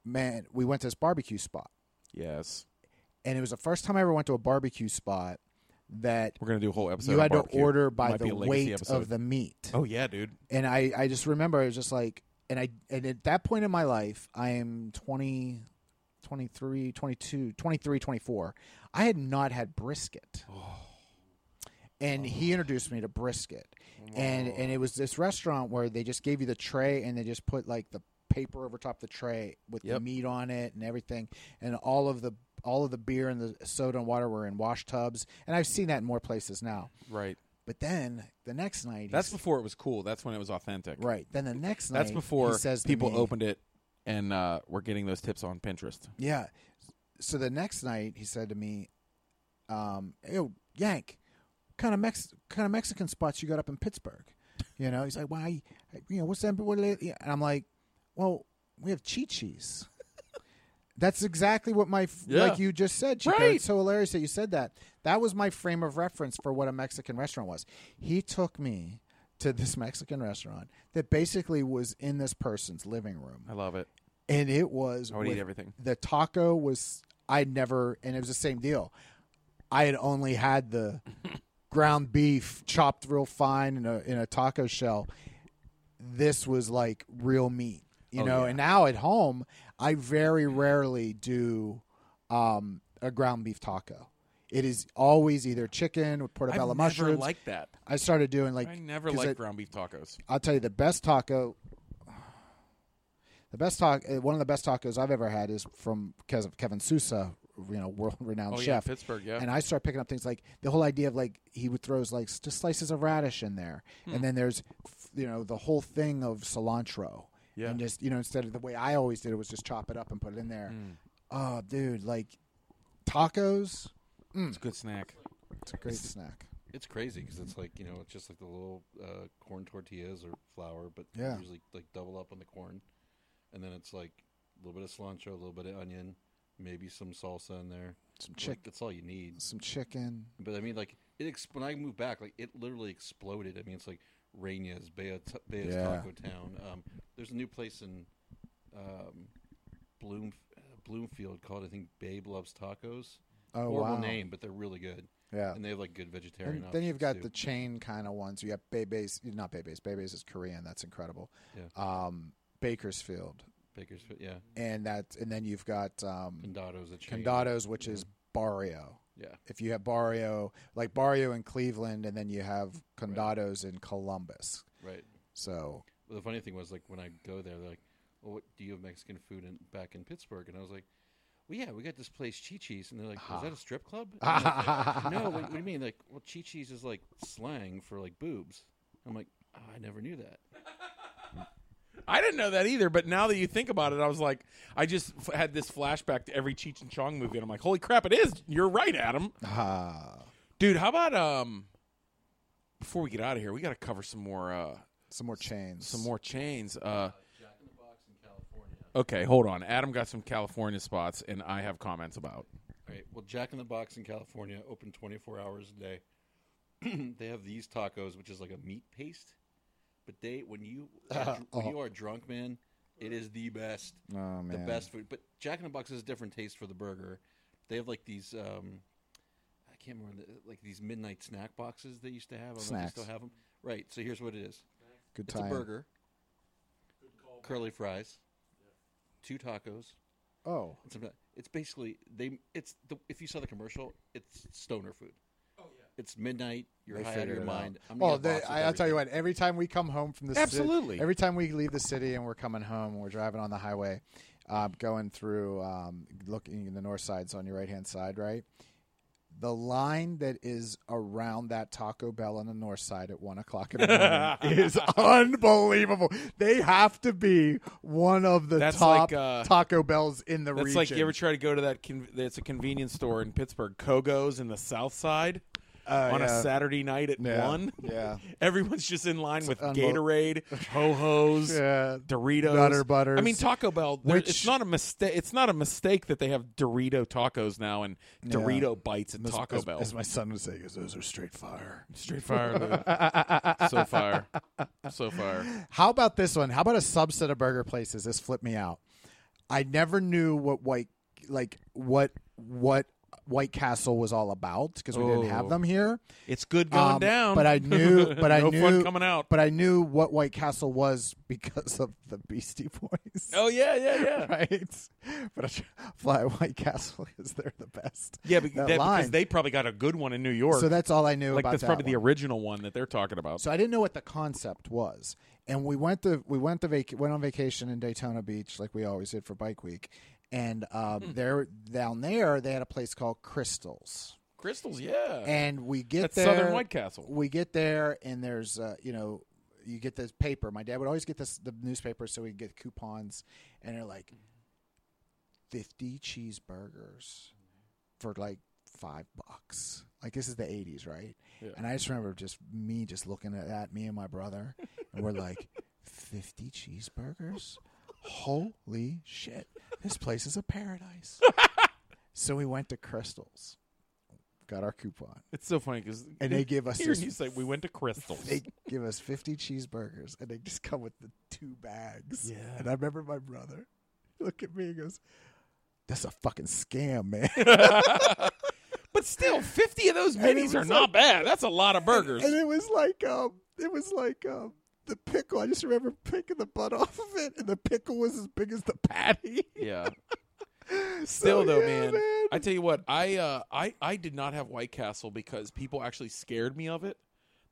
Speaker 2: "Man, we went to this barbecue spot."
Speaker 1: Yes.
Speaker 2: And it was the first time I ever went to a barbecue spot that
Speaker 1: We're gonna do a whole episode.
Speaker 2: you
Speaker 1: on
Speaker 2: had to
Speaker 1: barbecue.
Speaker 2: order
Speaker 1: It
Speaker 2: by
Speaker 1: might be a
Speaker 2: the
Speaker 1: legacy
Speaker 2: weight
Speaker 1: episode.
Speaker 2: of the meat.
Speaker 1: Oh yeah, dude.
Speaker 2: and I, I just remember it was just like and I and at that point in my life I am 20 23 22 23 24 I had not had brisket
Speaker 1: Oh.
Speaker 2: and he introduced me to brisket and and it was this restaurant where they just gave you the tray and they just put like the paper over top the tray with the
Speaker 1: Yep.
Speaker 2: meat on it and everything and all of the all of the beer and the soda and water were in wash tubs and I've seen that in more places now
Speaker 1: Right.
Speaker 2: but then the next night he
Speaker 1: That's before it was cool. That's when it was authentic.
Speaker 2: Right. Then the next night,
Speaker 1: That's before
Speaker 2: he says to
Speaker 1: people
Speaker 2: me-
Speaker 1: opened it and uh, were getting those tips on Pinterest.
Speaker 2: Yeah. So the next night, he said to me, um, "Yo, Yank, kind of Mex, kind of Mexican spots you got up in Pittsburgh? You know?" He's like, "Why? You know, what's that? What?" are they-" And I'm like, "Well, we have Chi-Chi's." [laughs] That's exactly what my f
Speaker 1: Yeah.
Speaker 2: like you just said, Chico.
Speaker 1: Right.
Speaker 2: It's so hilarious that you said that. That was my frame of reference for what a Mexican restaurant was. He took me to this Mexican restaurant that basically was in this person's living room
Speaker 1: I love it.
Speaker 2: and it was
Speaker 1: I would
Speaker 2: with-
Speaker 1: eat everything.
Speaker 2: the taco was I never and it was the same deal. I had only
Speaker 1: [laughs]
Speaker 2: had the ground beef chopped real fine in a in a taco shell. This was like real meat, you
Speaker 1: Oh,
Speaker 2: know.
Speaker 1: yeah. Mm-hmm.
Speaker 2: And now at home, I very rarely do um, a ground beef taco. It is always either chicken with
Speaker 1: I've
Speaker 2: portobello
Speaker 1: never
Speaker 2: mushrooms.
Speaker 1: liked that.
Speaker 2: I started doing like
Speaker 1: I never
Speaker 2: 'cause
Speaker 1: liked
Speaker 2: it-
Speaker 1: ground beef tacos.
Speaker 2: I'll tell you the best taco. The best taco, one of the best tacos I've ever had is from Kev- Kevin Sousa, you know, [laughs] world-renowned
Speaker 1: Oh yeah,
Speaker 2: chef.
Speaker 1: Pittsburgh. Yeah.
Speaker 2: and I start picking up things like the whole idea of like he would throws like s- just slices of radish in there, and then there's f- you know the whole thing of cilantro,
Speaker 1: Yeah.
Speaker 2: and just you know instead of the way I always did it was just chop it up and put it in there. Oh, dude, like tacos,
Speaker 1: it's a good snack.
Speaker 2: it's a great snack.
Speaker 3: It's crazy because it's like you know, it's just like the little uh, corn tortillas or flour, but
Speaker 2: Yeah.
Speaker 3: usually like double up on the corn, and then it's like a little bit of cilantro, a little bit of onion, maybe some salsa in there.
Speaker 2: Some
Speaker 3: Like,
Speaker 2: chick,
Speaker 3: that's all you need.
Speaker 2: some chicken.
Speaker 3: But I mean, like it ex- when I moved back, like it literally exploded. I mean, it's like Reyna's, Bea's, Bea's
Speaker 2: Yeah.
Speaker 3: Taco Town. Um, there's a new place in um, Bloom uh, Bloomfield called I think Babe Loves Tacos.
Speaker 2: Oh
Speaker 3: Horrible
Speaker 2: wow,
Speaker 3: name, but they're really good,
Speaker 2: yeah.
Speaker 3: and they have like good vegetarian.
Speaker 2: And then you've
Speaker 3: options,
Speaker 2: got
Speaker 3: too.
Speaker 2: the chain kind of ones. You have Bebe's, not Bebe's. Bebe's is Korean. That's incredible.
Speaker 3: Yeah.
Speaker 2: Um, Bakersfield,
Speaker 3: Bakersfield, yeah.
Speaker 2: and that, and then you've got um,
Speaker 3: Condado's a chain.
Speaker 2: Condados, which is Barrio.
Speaker 3: Yeah.
Speaker 2: If you have Barrio, like Barrio in Cleveland, and then you have Condados in Columbus.
Speaker 3: Right.
Speaker 2: So [laughs]
Speaker 3: Well, the funny thing was, like, when I go there, they're like, "Well, what, do you have Mexican food in, back in Pittsburgh?" And I was like, "Well, yeah, we got this place, Chi Chi's," and they're like, "Is that a strip club?" And I'm like, no, what, what do you mean? Like, well, Chi Chi's is like slang for like boobs. I'm like, oh, I never knew that.
Speaker 1: I didn't know that either, but now that you think about it, I was like, I just f- had this flashback to every Cheech and Chong movie, and I'm like, holy crap, it is. You're right, Adam.
Speaker 2: ah,
Speaker 1: Dude, how about um? Before we get out of here, we got to cover some more uh
Speaker 2: some more chains.
Speaker 1: some more chains. Uh, Okay, hold on. Adam got some California spots, and I have comments about.
Speaker 3: All right. Well, Jack in the Box in California open 24 hours a day. [clears throat] they have these tacos, which is like a meat paste. But they, when you when you are drunk, man, it is the best.
Speaker 2: Oh,
Speaker 3: the
Speaker 2: man.
Speaker 3: best food. But Jack in the Box has a different taste for the burger. They have like these, um, I can't remember, the, like these midnight snack boxes they used to have. I don't know if
Speaker 2: Snacks.
Speaker 3: they still have them. Right. So here's what it is.
Speaker 2: Good
Speaker 3: It's a
Speaker 2: time.
Speaker 3: burger, curly fries, two tacos,
Speaker 2: Oh,
Speaker 3: it's, about- it's basically they. It's the if you saw the commercial, it's stoner food. Oh yeah. It's midnight. You're
Speaker 2: They
Speaker 3: high out of
Speaker 2: figured
Speaker 3: your
Speaker 2: it out.
Speaker 3: mind. I'm
Speaker 2: well,
Speaker 3: gonna get
Speaker 2: they,
Speaker 3: boxed with
Speaker 2: Oh, I, I'll tell you
Speaker 3: everything.
Speaker 2: what. Every time we come home from the
Speaker 1: Absolutely.
Speaker 2: city, every time we leave the city and we're coming home, we're driving on the highway, um, going through, um, looking in the north side's on your right hand side, right. The line that is around that Taco Bell on the north side at one o'clock in the
Speaker 1: [laughs]
Speaker 2: morning is unbelievable. They have to be one of the
Speaker 1: That's
Speaker 2: top
Speaker 1: like, uh,
Speaker 2: Taco Bells in the
Speaker 1: That's
Speaker 2: region.
Speaker 1: like you ever try to go to that. Con- it's a convenience store in Pittsburgh, Kogo's in the South Side,
Speaker 2: Oh,
Speaker 1: on
Speaker 2: yeah.
Speaker 1: a Saturday night at
Speaker 2: Yeah.
Speaker 1: one. [laughs]
Speaker 2: Yeah.
Speaker 1: Everyone's just in line with
Speaker 2: unlo-
Speaker 1: Gatorade,
Speaker 2: [laughs]
Speaker 1: Ho Ho's,
Speaker 2: Yeah.
Speaker 1: Doritos,
Speaker 2: Nutter Butters.
Speaker 1: I mean Taco Bell. there-
Speaker 2: Which-
Speaker 1: it's not a mistake. It's not a mistake that they have Dorito tacos now and Dorito bites at
Speaker 2: As-
Speaker 1: Taco
Speaker 2: as-
Speaker 1: Bell.
Speaker 2: as my son would say, "Because those are straight fire.
Speaker 1: [laughs] Straight fire, dude. so
Speaker 2: [laughs]
Speaker 1: fire, so fire.
Speaker 2: How about this one? How about a subset of burger places? This flipped me out. I never knew what white like what what White Castle was all about because we didn't
Speaker 1: Oh.
Speaker 2: have them here.
Speaker 1: It's good going
Speaker 2: Um,
Speaker 1: down,
Speaker 2: But I
Speaker 1: [laughs]
Speaker 2: knew, but I
Speaker 1: no
Speaker 2: knew,
Speaker 1: fun coming out.
Speaker 2: But I knew what White Castle was [laughs] because of the Beastie Boys.
Speaker 1: oh yeah, yeah, yeah.
Speaker 2: [laughs] Right, but I tr- fly White Castle [laughs] because they're the best.
Speaker 1: Yeah, because,
Speaker 2: That
Speaker 1: that- because
Speaker 2: line.
Speaker 1: they probably got a good one in New York.
Speaker 2: so that's all I knew
Speaker 1: like
Speaker 2: about
Speaker 1: that's
Speaker 2: that
Speaker 1: probably
Speaker 2: one.
Speaker 1: the original one that they're talking about.
Speaker 2: So I didn't know what the concept was. And we went to we went to vac- went on vacation in Daytona Beach like we always did for Bike Week. And uh,
Speaker 1: Hmm.
Speaker 2: there down there they had a place called Crystals.
Speaker 1: Crystals, yeah.
Speaker 2: And we get
Speaker 1: that's
Speaker 2: there
Speaker 1: Southern White Castle.
Speaker 2: we get there and there's uh, you know you get this paper. My dad would always get this the newspaper so we get coupons and they're like 50 cheeseburgers for like 5 bucks. Like this is the 80s, right?
Speaker 1: Yeah.
Speaker 2: And I just remember just me just looking at that me and my brother and we're like 50 cheeseburgers? Holy shit. This place is
Speaker 1: [laughs]
Speaker 2: a paradise. so we went to Crystals. Got our coupon.
Speaker 1: It's so funny because
Speaker 2: And they give us
Speaker 1: here
Speaker 2: this
Speaker 1: you say we went to Crystals.
Speaker 2: [laughs] they give us 50 cheeseburgers and they just come with the two bags.
Speaker 1: Yeah.
Speaker 2: And I remember my brother look at me and goes, "That's a fucking scam, man."
Speaker 1: [laughs] But still, fifty of those
Speaker 2: And it
Speaker 1: minis are
Speaker 2: was
Speaker 1: not bad. That's a lot of burgers.
Speaker 2: [laughs] and it was like, um, it was like, um, the pickle. I just remember picking the butt off of it, and the pickle was as big as the patty. [laughs]
Speaker 1: yeah.
Speaker 2: So,
Speaker 1: Still though,
Speaker 2: yeah,
Speaker 1: man, I tell you what, I uh, I I did not have White Castle because people actually scared me of it.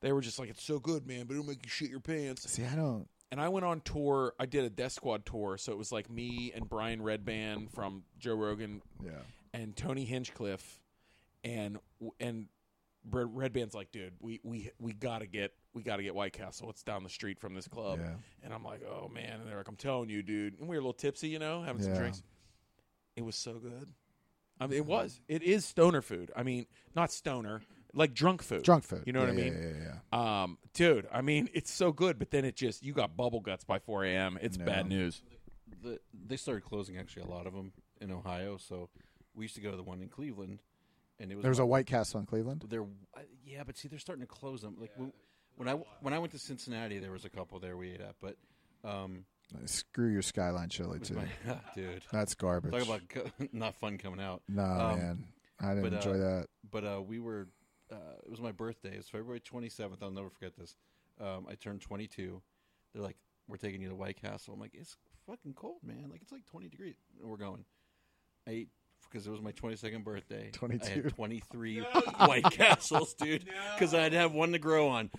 Speaker 1: They were just like, "It's so good, man, but it'll make you shit your pants."
Speaker 2: See, I don't.
Speaker 1: And I went on tour. I did a Death Squad tour, so it was like me and Brian Redband from Joe Rogan
Speaker 2: Yeah.
Speaker 1: and Tony Hinchcliffe, and and Red, Red Band's like, dude, we we we gotta get we gotta get White Castle. It's down the street from this club,
Speaker 2: Yeah.
Speaker 1: and I'm like, oh man, and they're like, I'm telling you, dude, and we were a little tipsy, you know, having
Speaker 2: Yeah.
Speaker 1: some drinks. It was so good. I mean, it was. It is stoner food. I mean, not stoner, like drunk food.
Speaker 2: Drunk food.
Speaker 1: You know what I
Speaker 2: Yeah,
Speaker 1: mean?
Speaker 2: Yeah, yeah, yeah.
Speaker 1: Um, dude, I mean, it's so good, but then it just you got bubble guts by 4 a.m. It's bad news.
Speaker 3: the, they started closing actually a lot of them in Ohio. So we used to go to the one in Cleveland, and it was
Speaker 2: There was a
Speaker 3: like-
Speaker 2: White Castle in Cleveland.
Speaker 3: they're I- yeah, but see, they're starting to close them. Like when, when I when I went to Cincinnati, there was a couple there we ate at, but um,
Speaker 2: Screw your skyline chili
Speaker 3: it was
Speaker 2: too.
Speaker 3: [laughs] my- dude,
Speaker 2: That's garbage.
Speaker 3: talk about [laughs] co- not fun coming out.
Speaker 2: no,
Speaker 3: Um,
Speaker 2: man. I didn't
Speaker 3: but, uh,
Speaker 2: enjoy that.
Speaker 3: but uh, we were uh, it was my birthday. It was February 27th. I'll never forget this. Um, I turned 22. They're like, "We're taking you to White Castle." I'm like, "It's fucking cold, man. Like it's like 20 degrees." And we're going. I ate because it was my 22nd birthday. I
Speaker 2: 22.
Speaker 3: had 23 [laughs] White Castles, dude, because I'd have one to grow on.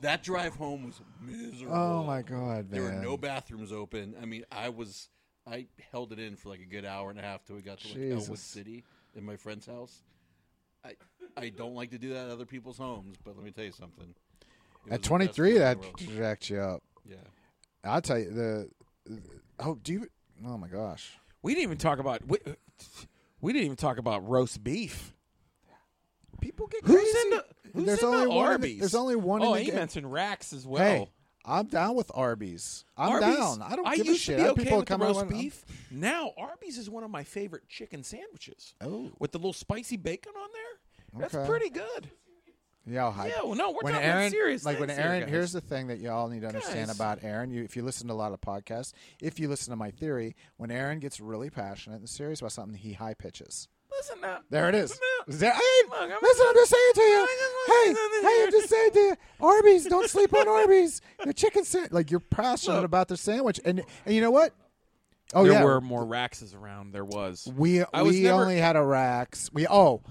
Speaker 3: That drive home was miserable.
Speaker 2: Oh my god, man.
Speaker 3: There were no bathrooms open. I mean, I was I held it in for like a good hour and a half till we got to like Elwood
Speaker 2: Jesus.
Speaker 3: City in my friend's house. I I don't like to do that at other people's homes, but let me tell you something. It was the
Speaker 2: At
Speaker 3: best
Speaker 2: 23,
Speaker 3: feeling in
Speaker 2: that
Speaker 3: the world.
Speaker 2: jacked you up.
Speaker 3: yeah.
Speaker 2: I'll tell you the. Oh, do you? Oh my gosh.
Speaker 1: We didn't even talk about we, we didn't even talk about roast beef.
Speaker 2: People get
Speaker 1: Who's in the Who's
Speaker 2: there's
Speaker 1: in
Speaker 2: only
Speaker 1: the
Speaker 2: one. in the-
Speaker 1: Arby's?
Speaker 2: there's only one.
Speaker 1: Oh,
Speaker 2: in
Speaker 1: he
Speaker 2: the,
Speaker 1: mentioned racks as well.
Speaker 2: Hey, I'm down with Arby's. I'm
Speaker 1: Arby's,
Speaker 2: down. I don't give
Speaker 1: used
Speaker 2: a shit.
Speaker 1: To
Speaker 2: I
Speaker 1: be
Speaker 2: have
Speaker 1: okay
Speaker 2: people
Speaker 1: with the
Speaker 2: come out
Speaker 1: roast
Speaker 2: and- I'm-
Speaker 1: beef. Now Arby's is one of my favorite chicken sandwiches.
Speaker 2: Oh.
Speaker 1: with the little spicy bacon on there. That's
Speaker 2: Okay.
Speaker 1: pretty good.
Speaker 2: Yeah, I'll hype.
Speaker 1: Yeah, well, no, we're
Speaker 2: when
Speaker 1: talking about
Speaker 2: Aaron,
Speaker 1: serious
Speaker 2: Like when
Speaker 1: things here,
Speaker 2: Aaron,
Speaker 1: guys.
Speaker 2: here's the thing that you all need to understand
Speaker 1: Guys.
Speaker 2: about Aaron. You, if you listen to a lot of podcasts, if you listen to my theory, when Aaron gets really passionate and serious about something, he high pitches.
Speaker 1: Listen now.
Speaker 2: There it is.
Speaker 1: Now,
Speaker 2: Is there- hey,
Speaker 1: Look, I'm-
Speaker 2: listen, I'm just saying to you.
Speaker 1: I
Speaker 2: Hey,
Speaker 1: just want to
Speaker 2: hey,
Speaker 1: say
Speaker 2: I'm just saying to you. Arby's, don't sleep on Arby's. The chicken sandwich. Like you're passionate
Speaker 1: Look.
Speaker 2: about their sandwich, and and you know what? Oh
Speaker 1: there
Speaker 2: yeah,
Speaker 1: were more Raxes around. There was.
Speaker 2: we
Speaker 1: I was
Speaker 2: we
Speaker 1: never-
Speaker 2: only had a racks. We oh,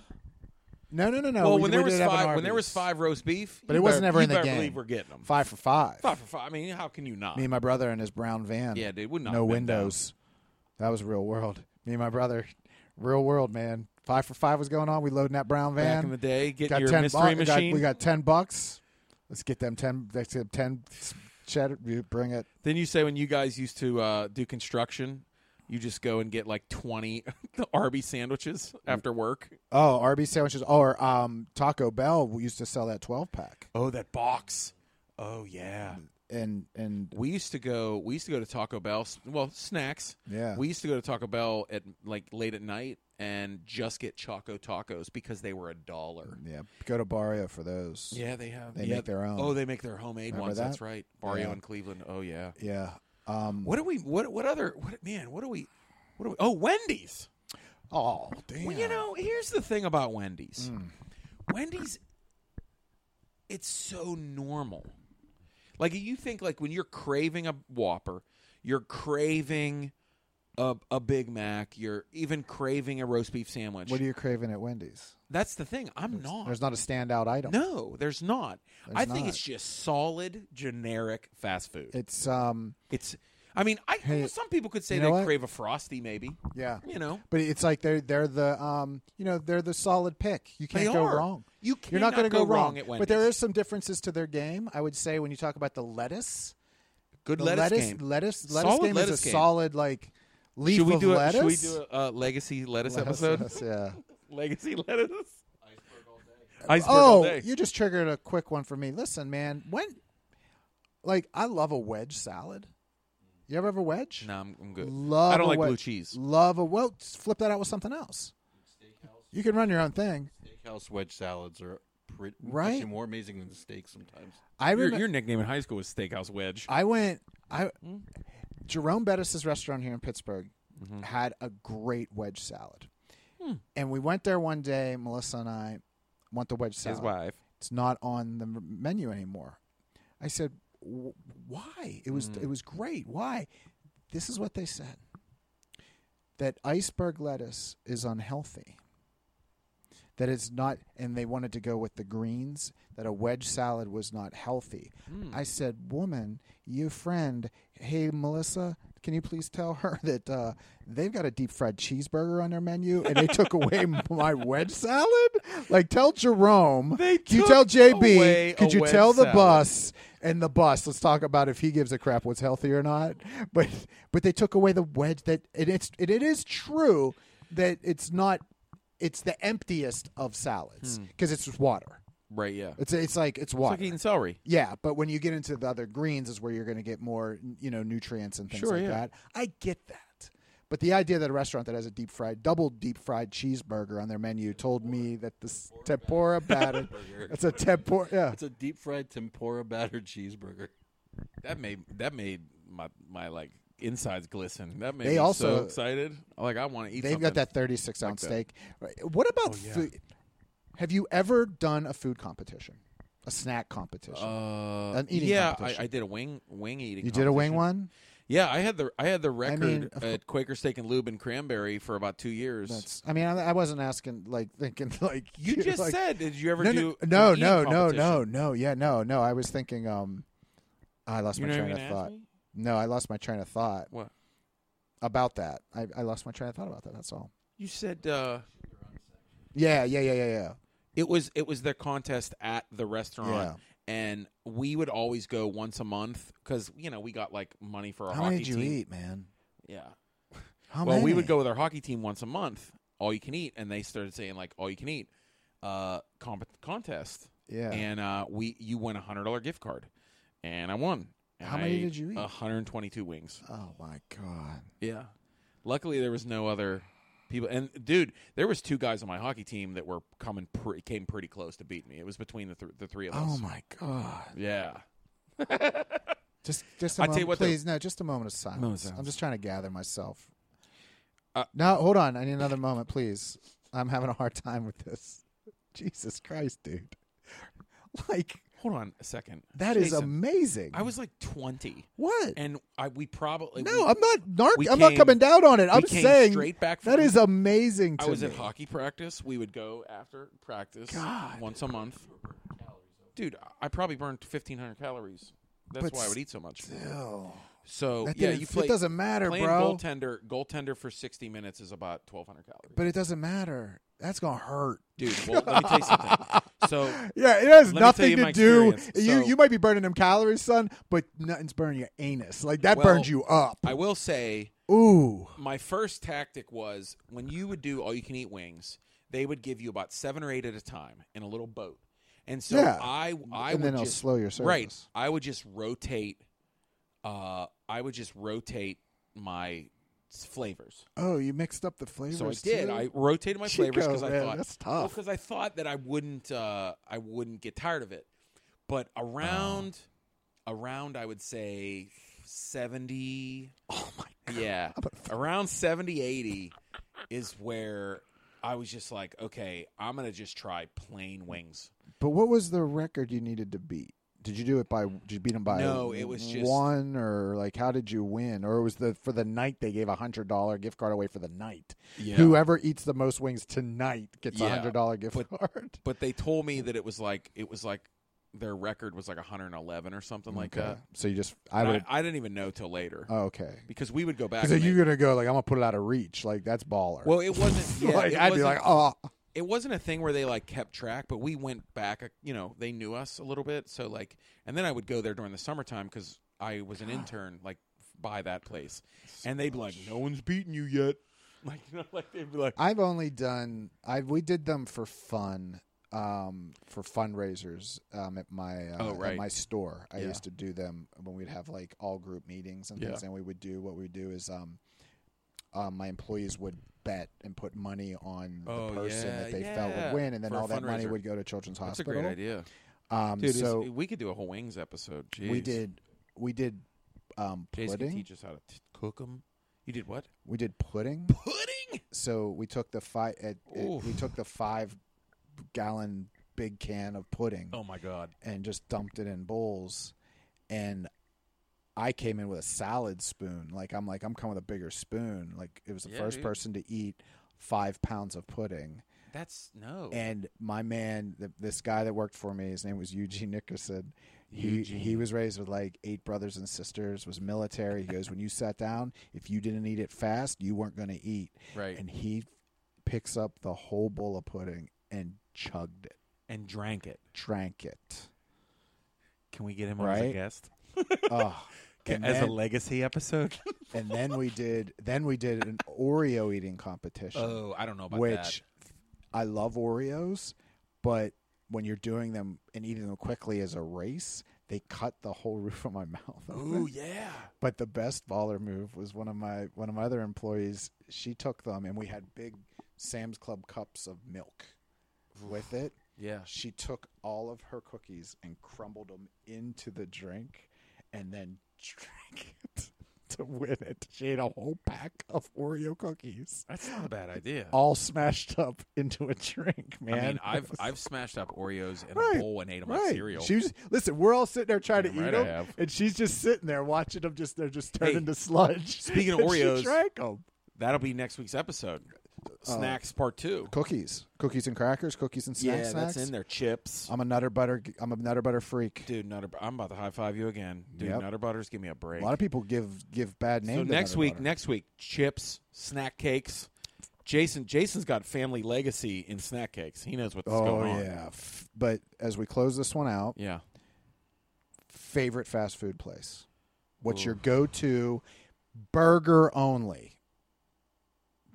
Speaker 2: no no no no.
Speaker 1: well,
Speaker 2: Oh, we-
Speaker 1: when
Speaker 2: we
Speaker 1: there was
Speaker 2: did have an
Speaker 1: five, when there
Speaker 2: Arby's.
Speaker 1: was five roast beef,
Speaker 2: but
Speaker 1: you
Speaker 2: it wasn't
Speaker 1: better-
Speaker 2: ever
Speaker 1: you
Speaker 2: in the
Speaker 1: better
Speaker 2: game.
Speaker 1: Believe we're getting them
Speaker 2: Five for five.
Speaker 1: Five for five. I mean, how can you not?
Speaker 2: Me and my brother in his brown van.
Speaker 1: yeah, dude, would not.
Speaker 2: no
Speaker 1: have been down.
Speaker 2: windows. That was real world. Me and my brother, real world man. Five for five was going on. We loading that brown van.
Speaker 1: Back in the day, getting
Speaker 2: got
Speaker 1: your
Speaker 2: ten
Speaker 1: mystery
Speaker 2: bu-
Speaker 1: machine.
Speaker 2: Got, we got ten bucks. Let's get them ten. Let's get ten s- cheddar. You bring it.
Speaker 1: Then you say when you guys used to uh, do construction, you just go and get like twenty [laughs] Arby sandwiches after work.
Speaker 2: Oh, Arby's sandwiches or um, Taco Bell. We used to sell that twelve pack.
Speaker 1: Oh, that box. Oh yeah.
Speaker 2: And and
Speaker 1: We used to go. We used to go to Taco Bell. s- Well, snacks.
Speaker 2: Yeah.
Speaker 1: We used to go to Taco Bell at like late at night and just get Choco tacos because they were a dollar.
Speaker 2: yeah, go to Barrio for those.
Speaker 1: Yeah, they have.
Speaker 2: They
Speaker 1: yeah.
Speaker 2: make their own.
Speaker 1: Oh, they make their homemade
Speaker 2: Remember
Speaker 1: ones.
Speaker 2: that?
Speaker 1: That's right. Barrio
Speaker 2: Yeah.
Speaker 1: in Cleveland. Oh yeah.
Speaker 2: Yeah. Um,
Speaker 1: What do we? What? What other? What man? What do we? What do we? Oh, Wendy's.
Speaker 2: oh damn.
Speaker 1: Well, you know, here's the thing about Wendy's.
Speaker 2: Mm.
Speaker 1: Wendy's, it's so normal. Like you think, like when you're craving a Whopper, you're craving a, a Big Mac, you're even craving a roast beef sandwich.
Speaker 2: what are you craving at Wendy's?
Speaker 1: That's the thing. I'm not.
Speaker 2: There's not a standout item.
Speaker 1: no, there's not. I think
Speaker 2: not.
Speaker 1: it's just solid, generic fast food.
Speaker 2: It's um
Speaker 1: it's. I mean, I
Speaker 2: Hey,
Speaker 1: some people could say
Speaker 2: you know
Speaker 1: they
Speaker 2: what?
Speaker 1: crave a frosty, maybe.
Speaker 2: yeah.
Speaker 1: You know,
Speaker 2: But it's like they're they're the um you know they're the solid pick. You can't
Speaker 1: They
Speaker 2: go
Speaker 1: are.
Speaker 2: wrong.
Speaker 1: You
Speaker 2: You're not
Speaker 1: cannot
Speaker 2: gonna
Speaker 1: go
Speaker 2: wrong.
Speaker 1: wrong at Wendy's.
Speaker 2: But there is some differences to their game. I would say when you talk about the lettuce,
Speaker 1: good
Speaker 2: the
Speaker 1: lettuce,
Speaker 2: lettuce
Speaker 1: game.
Speaker 2: lettuce
Speaker 1: Solid
Speaker 2: lettuce game
Speaker 1: lettuce
Speaker 2: is a
Speaker 1: game.
Speaker 2: solid like leaf
Speaker 1: should we
Speaker 2: of
Speaker 1: do a,
Speaker 2: lettuce.
Speaker 1: should we do a uh, legacy lettuce, episode?
Speaker 2: Lettuce, yeah.
Speaker 1: [laughs] legacy lettuce. Iceberg all
Speaker 2: oh,
Speaker 1: day.
Speaker 2: you just triggered a quick one for me. Listen, man, when like I love a wedge salad. You ever have a wedge?
Speaker 1: no, I'm, I'm good.
Speaker 2: Love
Speaker 1: I don't
Speaker 2: a
Speaker 1: like
Speaker 2: wed-
Speaker 1: blue cheese.
Speaker 2: Love a well, flip that out with something else. You can run your own thing,
Speaker 3: Steakhouse wedge salads are pretty
Speaker 2: Right?
Speaker 3: actually more amazing than steaks sometimes.
Speaker 2: I
Speaker 1: Your,
Speaker 2: remember.
Speaker 1: your nickname in high school was Steakhouse Wedge.
Speaker 2: I went. I Jerome Bettis's restaurant here in Pittsburgh. had a great wedge salad. And we went there one day, Melissa and I want the wedge salad.
Speaker 5: His wife.
Speaker 2: It's not on the m- menu anymore. I said, "Wh- "Why? It
Speaker 5: Mm.
Speaker 2: was it was great. Why?" This is what they said. That iceberg lettuce is unhealthy. That it's not and they wanted to go with the greens, that a wedge salad was not healthy.
Speaker 5: Mm.
Speaker 2: I said, "Woman, you friend, hey Melissa, can you please tell her [laughs] that uh, they've got a deep fried cheeseburger on their menu and they took away [laughs] my wedge salad? Like, tell Jerome.
Speaker 5: They
Speaker 2: Could you
Speaker 5: took
Speaker 2: tell JB?
Speaker 5: away
Speaker 2: could
Speaker 5: a
Speaker 2: you
Speaker 5: wedge
Speaker 2: tell the
Speaker 5: salad.
Speaker 2: bus and the bus? Let's talk about if he gives a crap what's healthy or not. But but they took away the wedge that and it's it, it is true that it's not it's the emptiest of
Speaker 5: Hmm.
Speaker 2: salads because it's just water.
Speaker 1: Right, yeah. It's
Speaker 2: It's it's like it's water.
Speaker 1: like eating celery.
Speaker 2: Yeah, but when you get into the other greens is where you're going to get more, you know, nutrients and things
Speaker 1: Sure,
Speaker 2: like
Speaker 1: yeah.
Speaker 2: that. I get that. But the idea that a restaurant that has a deep fried, double deep fried cheeseburger on their menu told me that this tempura battered, it's a tempura, yeah.
Speaker 3: It's a deep fried tempura battered cheeseburger. [laughs]
Speaker 1: That made that made my my like insides glisten. That made
Speaker 2: They
Speaker 1: me
Speaker 2: also-
Speaker 1: so excited. Like I want to eat.
Speaker 2: They've
Speaker 1: something. Oh,
Speaker 2: got that 36 ounce steak. Right. What about food? Have you ever done a food competition, a snack competition?
Speaker 1: Uh,
Speaker 2: An eating
Speaker 1: yeah,
Speaker 2: competition.
Speaker 1: I, I did a wing wing eating.
Speaker 2: you did a wing
Speaker 1: competition.
Speaker 2: one?
Speaker 1: Yeah, I had the I had the record
Speaker 2: mean, of
Speaker 1: at Quaker Steak and Lube and Cranberry for about two years.
Speaker 2: That's, I mean, I, I wasn't asking, like, thinking, [laughs] like,
Speaker 1: you
Speaker 2: you're
Speaker 1: just
Speaker 2: like-
Speaker 1: said, did you ever
Speaker 2: no,
Speaker 1: do
Speaker 2: no,
Speaker 1: an eating
Speaker 2: no, no, no, no,
Speaker 1: competition?
Speaker 2: no, yeah, no, no. I was thinking, um, I lost
Speaker 1: You're
Speaker 2: my
Speaker 1: not
Speaker 2: train
Speaker 1: even
Speaker 2: of
Speaker 1: gonna ask
Speaker 2: thought.
Speaker 1: me?
Speaker 2: No, I lost my train of thought
Speaker 1: What
Speaker 2: about that. I, I lost my train of thought about that. That's all.
Speaker 1: you said? Uh,
Speaker 2: Yeah, yeah, yeah, yeah, yeah.
Speaker 1: it was it was the contest at the restaurant.
Speaker 2: Yeah.
Speaker 1: And we would always go once a month because you know we got like money for our
Speaker 2: How
Speaker 1: hockey
Speaker 2: many did you
Speaker 1: team.
Speaker 2: eat, man?
Speaker 1: Yeah,
Speaker 2: How
Speaker 1: well,
Speaker 2: many?
Speaker 1: we would go with our hockey team once a month, all you can eat, and they started saying like all you can eat uh comp- contest.
Speaker 2: Yeah.
Speaker 1: And uh we you won a hundred dollar gift card, and I won. And
Speaker 2: How many
Speaker 1: I
Speaker 2: did you eat?
Speaker 1: One hundred and twenty two wings.
Speaker 2: Oh my god.
Speaker 1: Yeah. Luckily, there was no other people. And dude, there was two guys on my hockey team that were coming pre- came pretty close to beat me. It was between the th- the three of us.
Speaker 2: Oh my god.
Speaker 1: Yeah.
Speaker 2: Just, just a
Speaker 1: I tell
Speaker 2: moment,
Speaker 1: you what, though-
Speaker 2: please. No, just a moment of silence.
Speaker 1: Moment of silence.
Speaker 2: I'm just trying to gather myself.
Speaker 1: Uh,
Speaker 2: no, hold on. I need another moment, please. I'm having a hard time with this. Jesus Christ, dude. [laughs] Like
Speaker 1: Hold on a second.
Speaker 2: that is
Speaker 1: Jason,
Speaker 2: amazing.
Speaker 1: I was like twenty,
Speaker 2: what?
Speaker 1: and I we probably
Speaker 2: No,
Speaker 1: we-
Speaker 2: I'm not narc.
Speaker 1: we
Speaker 2: I'm not
Speaker 1: came-
Speaker 2: coming down on it. I'm
Speaker 1: came
Speaker 2: saying
Speaker 1: straight back from-
Speaker 2: that is amazing. To
Speaker 1: I was
Speaker 2: me.
Speaker 1: at hockey practice. We would go after practice once a month. Dude, I probably burned fifteen hundred calories. That's
Speaker 2: But
Speaker 1: why I would eat so much.
Speaker 2: Ew.
Speaker 1: So
Speaker 2: That
Speaker 1: Oh, yeah,
Speaker 2: didn't-
Speaker 1: you
Speaker 2: it
Speaker 1: play.
Speaker 2: doesn't matter,
Speaker 1: playing
Speaker 2: bro.
Speaker 1: Goaltender, goaltender for sixty minutes is about twelve hundred calories.
Speaker 2: But it doesn't matter. That's gonna hurt.
Speaker 1: Dude,
Speaker 2: [laughs]
Speaker 1: well, let me tell you something. So
Speaker 2: Yeah, it
Speaker 1: Let
Speaker 2: has
Speaker 1: me tell
Speaker 2: nothing
Speaker 1: you
Speaker 2: to
Speaker 1: my
Speaker 2: do.
Speaker 1: experience.
Speaker 2: you
Speaker 1: So-
Speaker 2: you might be burning them calories, son, but nothing's burning your anus. Like that
Speaker 1: Well-
Speaker 2: burns you up.
Speaker 1: I will say
Speaker 2: Ooh.
Speaker 1: my first tactic was when you would do all you can eat wings, they would give you about seven or eight at a time in a little boat. And so
Speaker 2: Yeah.
Speaker 1: I I
Speaker 2: And
Speaker 1: would
Speaker 2: then it'll
Speaker 1: just
Speaker 2: slow your
Speaker 1: Right.
Speaker 2: service.
Speaker 1: I would just rotate uh I would just rotate my s- flavors.
Speaker 2: Oh, you mixed up the flavors.
Speaker 1: So I did.
Speaker 2: too?
Speaker 1: I rotated my flavors
Speaker 2: Chico,
Speaker 1: because I
Speaker 2: man,
Speaker 1: thought
Speaker 2: that's tough.
Speaker 1: because I thought that I wouldn't uh, I wouldn't get tired of it. But
Speaker 2: Oh.
Speaker 1: around around I would say seventy.
Speaker 2: oh my god.
Speaker 1: Yeah, around 70, 80 is where I was just like, okay, I'm gonna just try plain wings.
Speaker 2: But what was the record you needed to beat? Did you do it by? Did you beat them by?
Speaker 1: No, it was just-
Speaker 2: one or like how did you win? Or it was the for the night they gave a hundred dollar gift card away for the night.
Speaker 1: Yeah.
Speaker 2: Whoever eats the most wings tonight gets a
Speaker 1: Yeah,
Speaker 2: hundred dollar gift
Speaker 1: but-
Speaker 2: card.
Speaker 1: But they told me that it was like it was like their record was like 111 or something like
Speaker 2: Okay.
Speaker 1: that.
Speaker 2: So you just I
Speaker 1: And I,
Speaker 2: would.
Speaker 1: I didn't even know till later
Speaker 2: Oh, okay.
Speaker 1: because we would go back.
Speaker 2: Because
Speaker 1: and
Speaker 2: you're
Speaker 1: they-
Speaker 2: gonna go like I'm gonna put it out of reach. Like that's baller. [laughs]
Speaker 1: well, it wasn't. Yeah,
Speaker 2: like
Speaker 1: it
Speaker 2: I'd be
Speaker 1: wasn't-
Speaker 2: like, oh,
Speaker 1: it wasn't a thing where they like kept track, but we went back. uh, You know, they knew us a little bit, so like, and then I would go there during the summertime because I was
Speaker 2: [gasps]
Speaker 1: an intern, like f- by that place, and they'd be like, "No one's beaten you yet," like you know, like they'd be like,
Speaker 2: I've only done I we did them for fun um for fundraisers um at my uh,
Speaker 1: Oh,
Speaker 2: at
Speaker 1: right.
Speaker 2: my store. I
Speaker 1: Yeah.
Speaker 2: used to do them when we'd have like all group meetings and things
Speaker 1: Yeah.
Speaker 2: and we would do what we would do is um um my employees would bet and put money on
Speaker 1: Oh,
Speaker 2: the person
Speaker 1: yeah,
Speaker 2: that they felt would
Speaker 1: yeah.
Speaker 2: win and then
Speaker 1: For a
Speaker 2: all that money
Speaker 1: fundraiser.
Speaker 2: would go to children's
Speaker 1: "That's a
Speaker 2: hospital.
Speaker 1: great idea,
Speaker 2: Um
Speaker 1: dude."
Speaker 2: so
Speaker 1: is- we could do a whole wings episode. Jeez.
Speaker 2: we did we did um
Speaker 1: Jason can
Speaker 2: pudding.
Speaker 1: teach us how to t- cook them. You did what?
Speaker 2: We did pudding.
Speaker 1: Pudding.
Speaker 2: So we took the five. At, at-
Speaker 1: Oof.
Speaker 2: we took the five gallon big can of pudding
Speaker 1: Oh my god.
Speaker 2: and just dumped it in bowls. And I came in with a salad spoon. Like I'm like I'm coming with a bigger spoon. Like it was the
Speaker 1: Yeah,
Speaker 2: first
Speaker 1: dude.
Speaker 2: person to eat five pounds of pudding.
Speaker 1: That's no.
Speaker 2: And my man, th- this guy that worked for me, his name was Eugene Nickerson. He he was raised with like eight brothers and sisters. Was military. He goes, when you sat down, if you didn't eat it fast, you weren't going to eat.
Speaker 1: Right.
Speaker 2: And he picks up the whole bowl of pudding and chugged it,
Speaker 1: and drank it.
Speaker 2: drank it.
Speaker 1: [laughs] Can we get him on as a
Speaker 2: Right?
Speaker 1: guest?
Speaker 2: Oh,
Speaker 1: Ca-
Speaker 2: and,
Speaker 1: as
Speaker 2: then,
Speaker 1: a legacy episode?
Speaker 2: and then we did then we did an Oreo eating competition.
Speaker 1: [laughs] oh, I don't know about that.
Speaker 2: which I love Oreos, but when you're doing them and eating them quickly as a race, they cut the whole [laughs] roof of my mouth. open.
Speaker 1: Ooh, yeah.
Speaker 2: But the best baller move was one of my one of my other employees. She took them, and we had big Sam's Club cups of milk with it.
Speaker 1: Yeah.
Speaker 2: She took all of her cookies and crumbled them into the drink, and then [laughs] drank it to win it. She ate a whole pack of Oreo cookies
Speaker 1: That's not a bad idea.
Speaker 2: all smashed up into a drink, man.
Speaker 1: I mean, I've I've smashed up Oreos in a
Speaker 2: Right,
Speaker 1: bowl and ate them
Speaker 2: right.
Speaker 1: on cereal.
Speaker 2: She was listen. We're all sitting there trying
Speaker 1: Damn
Speaker 2: to eat
Speaker 1: right I
Speaker 2: them,
Speaker 1: have.
Speaker 2: and she's just sitting there watching them. Just they're just turning
Speaker 1: Hey,
Speaker 2: to sludge.
Speaker 1: speaking of
Speaker 2: [laughs] And she
Speaker 1: Oreos-
Speaker 2: drank 'em.
Speaker 1: That'll be next week's episode. Snacks part two.
Speaker 2: Cookies, cookies and crackers, cookies and snack
Speaker 1: yeah,
Speaker 2: snacks.
Speaker 1: that's in there. Chips.
Speaker 2: I'm a nutter butter. I'm a nutter butter freak.
Speaker 1: Oh, Dude, Nutter, I'm about to high five you again. Dude,
Speaker 2: Yep.
Speaker 1: Nutter Butters, give me a break.
Speaker 2: A lot of people give give bad names.
Speaker 1: so next week, next week, chips, snack cakes. Jason, Jason's got family legacy in snack cakes. He knows what's
Speaker 2: Oh
Speaker 1: going on.
Speaker 2: yeah, F- but as we close this one out,
Speaker 1: yeah.
Speaker 2: favorite fast food place. What's your
Speaker 1: Oof.
Speaker 2: go-to burger only?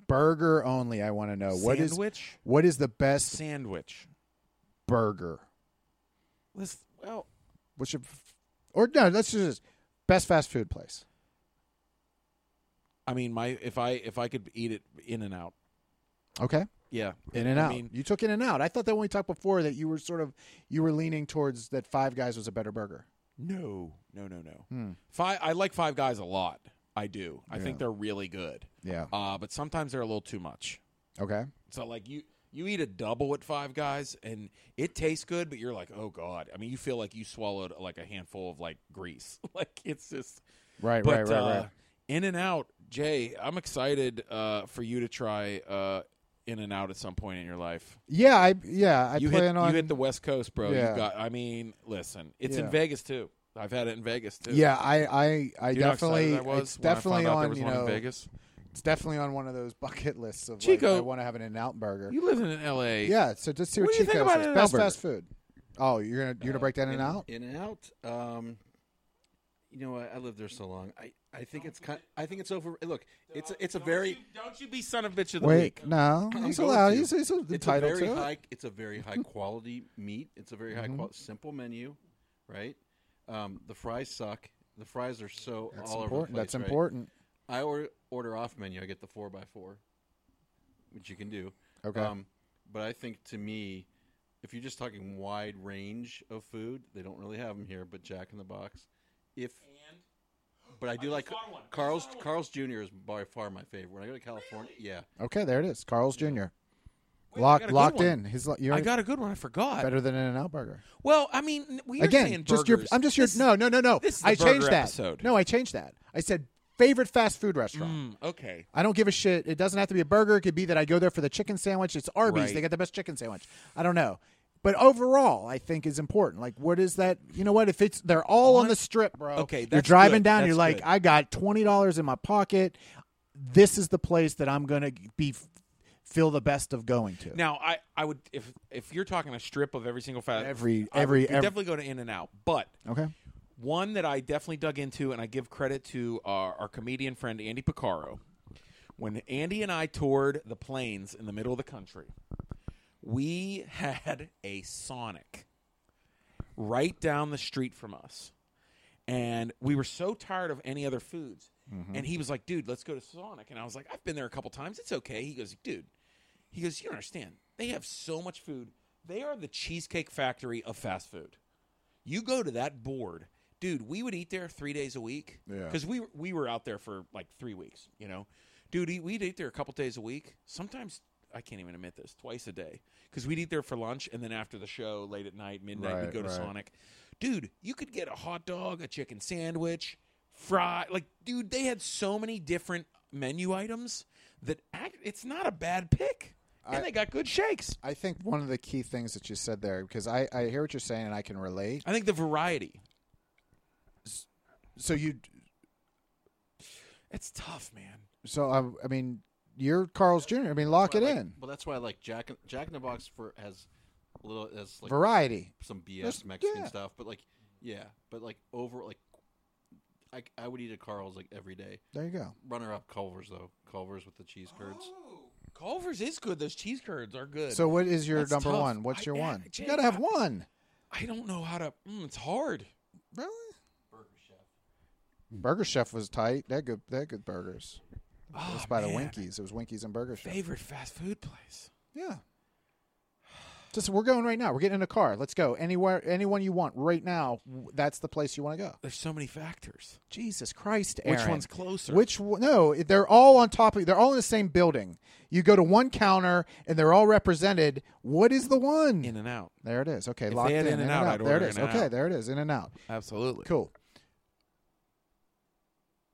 Speaker 2: Burger only. I want to know Uh, what is
Speaker 1: sandwich?
Speaker 2: what is the best
Speaker 1: Sandwich.
Speaker 2: burger?
Speaker 1: Listen, well,
Speaker 2: What's your or no? Let's do this. Best fast food place.
Speaker 1: I mean, my if I if I could eat it in and out,
Speaker 2: Okay,
Speaker 1: yeah,
Speaker 2: In and
Speaker 1: I
Speaker 2: Out.
Speaker 1: mean,
Speaker 2: you took In and Out. I thought that when we talked before that you were sort of you were leaning towards that Five Guys was a better burger.
Speaker 1: no, no, no, no.
Speaker 2: Hmm.
Speaker 1: Five. I like Five Guys a lot. I do. I think they're really good.
Speaker 2: Yeah.
Speaker 1: Uh, but sometimes they're a little too much.
Speaker 2: Okay.
Speaker 1: So like you you eat a double at Five Guys and it tastes good, but you're like, oh god. I mean, you feel like you swallowed like a handful of like grease. [laughs] like it's just
Speaker 2: Right.
Speaker 1: but
Speaker 2: right. Right.
Speaker 1: uh,
Speaker 2: right.
Speaker 1: In and Out, Jay. I'm excited uh, for you to try uh, In and Out at some point in your life.
Speaker 2: Yeah. I. Yeah. I
Speaker 1: you
Speaker 2: plan
Speaker 1: hit
Speaker 2: on.
Speaker 1: you hit the West Coast, bro.
Speaker 2: Yeah.
Speaker 1: You got. I mean, listen, it's in
Speaker 2: Yeah.
Speaker 1: Vegas too. I've had it in Vegas too.
Speaker 2: yeah. I. I. I
Speaker 1: You know how excited I
Speaker 2: definitely.
Speaker 1: was
Speaker 2: it's
Speaker 1: when I
Speaker 2: definitely
Speaker 1: found out
Speaker 2: on.
Speaker 1: there was
Speaker 2: you
Speaker 1: one
Speaker 2: know.
Speaker 1: in Vegas.
Speaker 2: It's definitely on one of those bucket lists of
Speaker 1: Chico.
Speaker 2: Like, I want to have an In and Out burger.
Speaker 1: You lived in L.A.
Speaker 2: yeah. So just see what,
Speaker 1: What do you
Speaker 2: Chico
Speaker 1: think about
Speaker 2: says.
Speaker 1: In-N-Out
Speaker 2: Best
Speaker 1: burger?
Speaker 2: fast food. Oh, you're gonna you're gonna break that In and Out.
Speaker 3: In and out. Um, you know, I, I lived there so long. I, I think it's kind. I think it's over. Look, it's a, it's a very.
Speaker 1: Don't you be son of a bitch of the week. [laughs]
Speaker 2: Wait, no,
Speaker 3: I'm
Speaker 2: he's
Speaker 3: going
Speaker 2: allowed.
Speaker 3: to.
Speaker 2: He's, he's
Speaker 3: It's a
Speaker 2: entitled
Speaker 3: very
Speaker 2: to it. Mm-hmm.
Speaker 3: high. It's a very high quality meat. It's a very high quality simple menu, right? Um, the fries suck. The fries are so
Speaker 2: That's
Speaker 3: all over. The
Speaker 2: important.
Speaker 3: place,
Speaker 2: That's
Speaker 3: right?
Speaker 2: important.
Speaker 3: I order order off menu. I get the four by four, which you can do.
Speaker 2: Okay.
Speaker 1: Um,
Speaker 3: Um, but I think to me, if you're just talking wide range of food, they don't really have them here. But Jack in the Box, if. But I do like Carl's. Carl's Jr. is by far my favorite. When I go to California, yeah,
Speaker 2: Okay, there it is. Carl's Jr.
Speaker 1: Wait, I got a
Speaker 2: Lock,
Speaker 1: good
Speaker 2: locked
Speaker 1: one.
Speaker 2: in. His you
Speaker 1: I got a good one. I forgot.
Speaker 2: better than In and Out Burger.
Speaker 1: Well, I mean, we are
Speaker 2: Again,
Speaker 1: saying
Speaker 2: just your.
Speaker 1: burgers.
Speaker 2: I'm just your.
Speaker 1: This-
Speaker 2: No, no, no, no.
Speaker 1: this is the
Speaker 2: I changed
Speaker 1: burger
Speaker 2: that.
Speaker 1: episode.
Speaker 2: No, I changed that. I said favorite fast food restaurant.
Speaker 1: Mm, okay.
Speaker 2: I don't give a shit. It doesn't have to be a burger. It could be that I go there for the chicken sandwich. It's Arby's.
Speaker 1: Right.
Speaker 2: They got the best chicken sandwich. I don't know. But overall, I think is important. Like, what is that? You know what? If it's they're all on the strip, bro.
Speaker 1: Okay,
Speaker 2: you're
Speaker 1: that's
Speaker 2: driving
Speaker 1: good.
Speaker 2: down.
Speaker 1: That's
Speaker 2: you're like,
Speaker 1: good.
Speaker 2: I got twenty dollars in my pocket. This is the place that I'm gonna be feel the best of going to.
Speaker 1: Now, I, I would if if you're talking a strip of every single fast
Speaker 2: Every-
Speaker 1: I would
Speaker 2: every-
Speaker 1: be-
Speaker 2: every-
Speaker 1: definitely go to In and Out, but
Speaker 2: okay,
Speaker 1: one that I definitely dug into, and I give credit to our, our comedian friend Andy Picaro. When Andy and I toured the plains in the middle of the country, we had a Sonic right down the street from us. And we were so tired of any other foods. And he was like, dude, let's go to Sonic. And I was like, I've been there a couple times. It's okay. He goes, dude, he goes, you don't understand. They have so much food. They are the cheesecake factory of fast food. You go to that board, dude, we would eat there three days a week.
Speaker 2: Yeah.
Speaker 1: Because we were- we were out there for like three weeks. You know, dude, e- we'd eat there a couple days a week. Sometimes I can't even admit this, twice a day. Because we'd eat there for lunch, and then after the show, late at night, midnight,
Speaker 2: Right,
Speaker 1: we'd go to
Speaker 2: right.
Speaker 1: Sonic. Dude, you could get a hot dog, a chicken sandwich, fry. Like, dude, they had so many different menu items that act, it's not a bad pick. And
Speaker 2: I-
Speaker 1: they got good shakes.
Speaker 2: I think one of the key things that you said there, because I, I hear what you're saying and I can relate.
Speaker 1: I think the variety.
Speaker 2: So you,
Speaker 1: It's tough, man.
Speaker 2: so I, I mean, you're Carl's Jr. I mean, lock it
Speaker 3: I like-
Speaker 2: in.
Speaker 3: Well, that's why I like Jack Jack in the Box for has a little has like
Speaker 2: Variety.
Speaker 3: some BS
Speaker 2: That's-
Speaker 3: Mexican
Speaker 2: yeah.
Speaker 3: stuff, but like yeah, but like over like I, I would eat a Carl's like every day.
Speaker 2: There you go.
Speaker 3: Runner up Culver's though, Culver's with the cheese [gasps] curds.
Speaker 1: Oh. Culver's is good. Those cheese curds are good.
Speaker 2: So what is your
Speaker 1: That's
Speaker 2: number
Speaker 1: tough.
Speaker 2: one? What's
Speaker 1: I-
Speaker 2: your
Speaker 1: yeah,
Speaker 2: one?
Speaker 1: Jake,
Speaker 2: you gotta have
Speaker 1: I-
Speaker 2: one.
Speaker 1: I don't know how to. Mm, it's hard.
Speaker 2: Really? Burger Chef was tight. They had good. They had good burgers. it was
Speaker 1: Oh,
Speaker 2: by
Speaker 1: man.
Speaker 2: the Winkies. It was Winkies and Burger Chef.
Speaker 1: Favorite fast food place.
Speaker 2: yeah. Just we're going right now. We're getting in a car. Let's go anywhere. Anyone you want right now. w- That's the place you want to go.
Speaker 1: There's so many factors.
Speaker 2: Jesus Christ,
Speaker 1: Which
Speaker 2: Aaron.
Speaker 1: one's closer?
Speaker 2: Which one- no? They're all on top of. They're all in the same building. You go to one counter and they're all represented. What is the one?
Speaker 1: In and out.
Speaker 2: there it is. Okay,
Speaker 1: If
Speaker 2: locked
Speaker 1: they had
Speaker 2: in.
Speaker 1: In-N-Out, I'd
Speaker 2: There it
Speaker 1: order
Speaker 2: is.
Speaker 1: In-N-Out.
Speaker 2: Okay, there it is. In and out.
Speaker 1: Absolutely.
Speaker 2: Cool.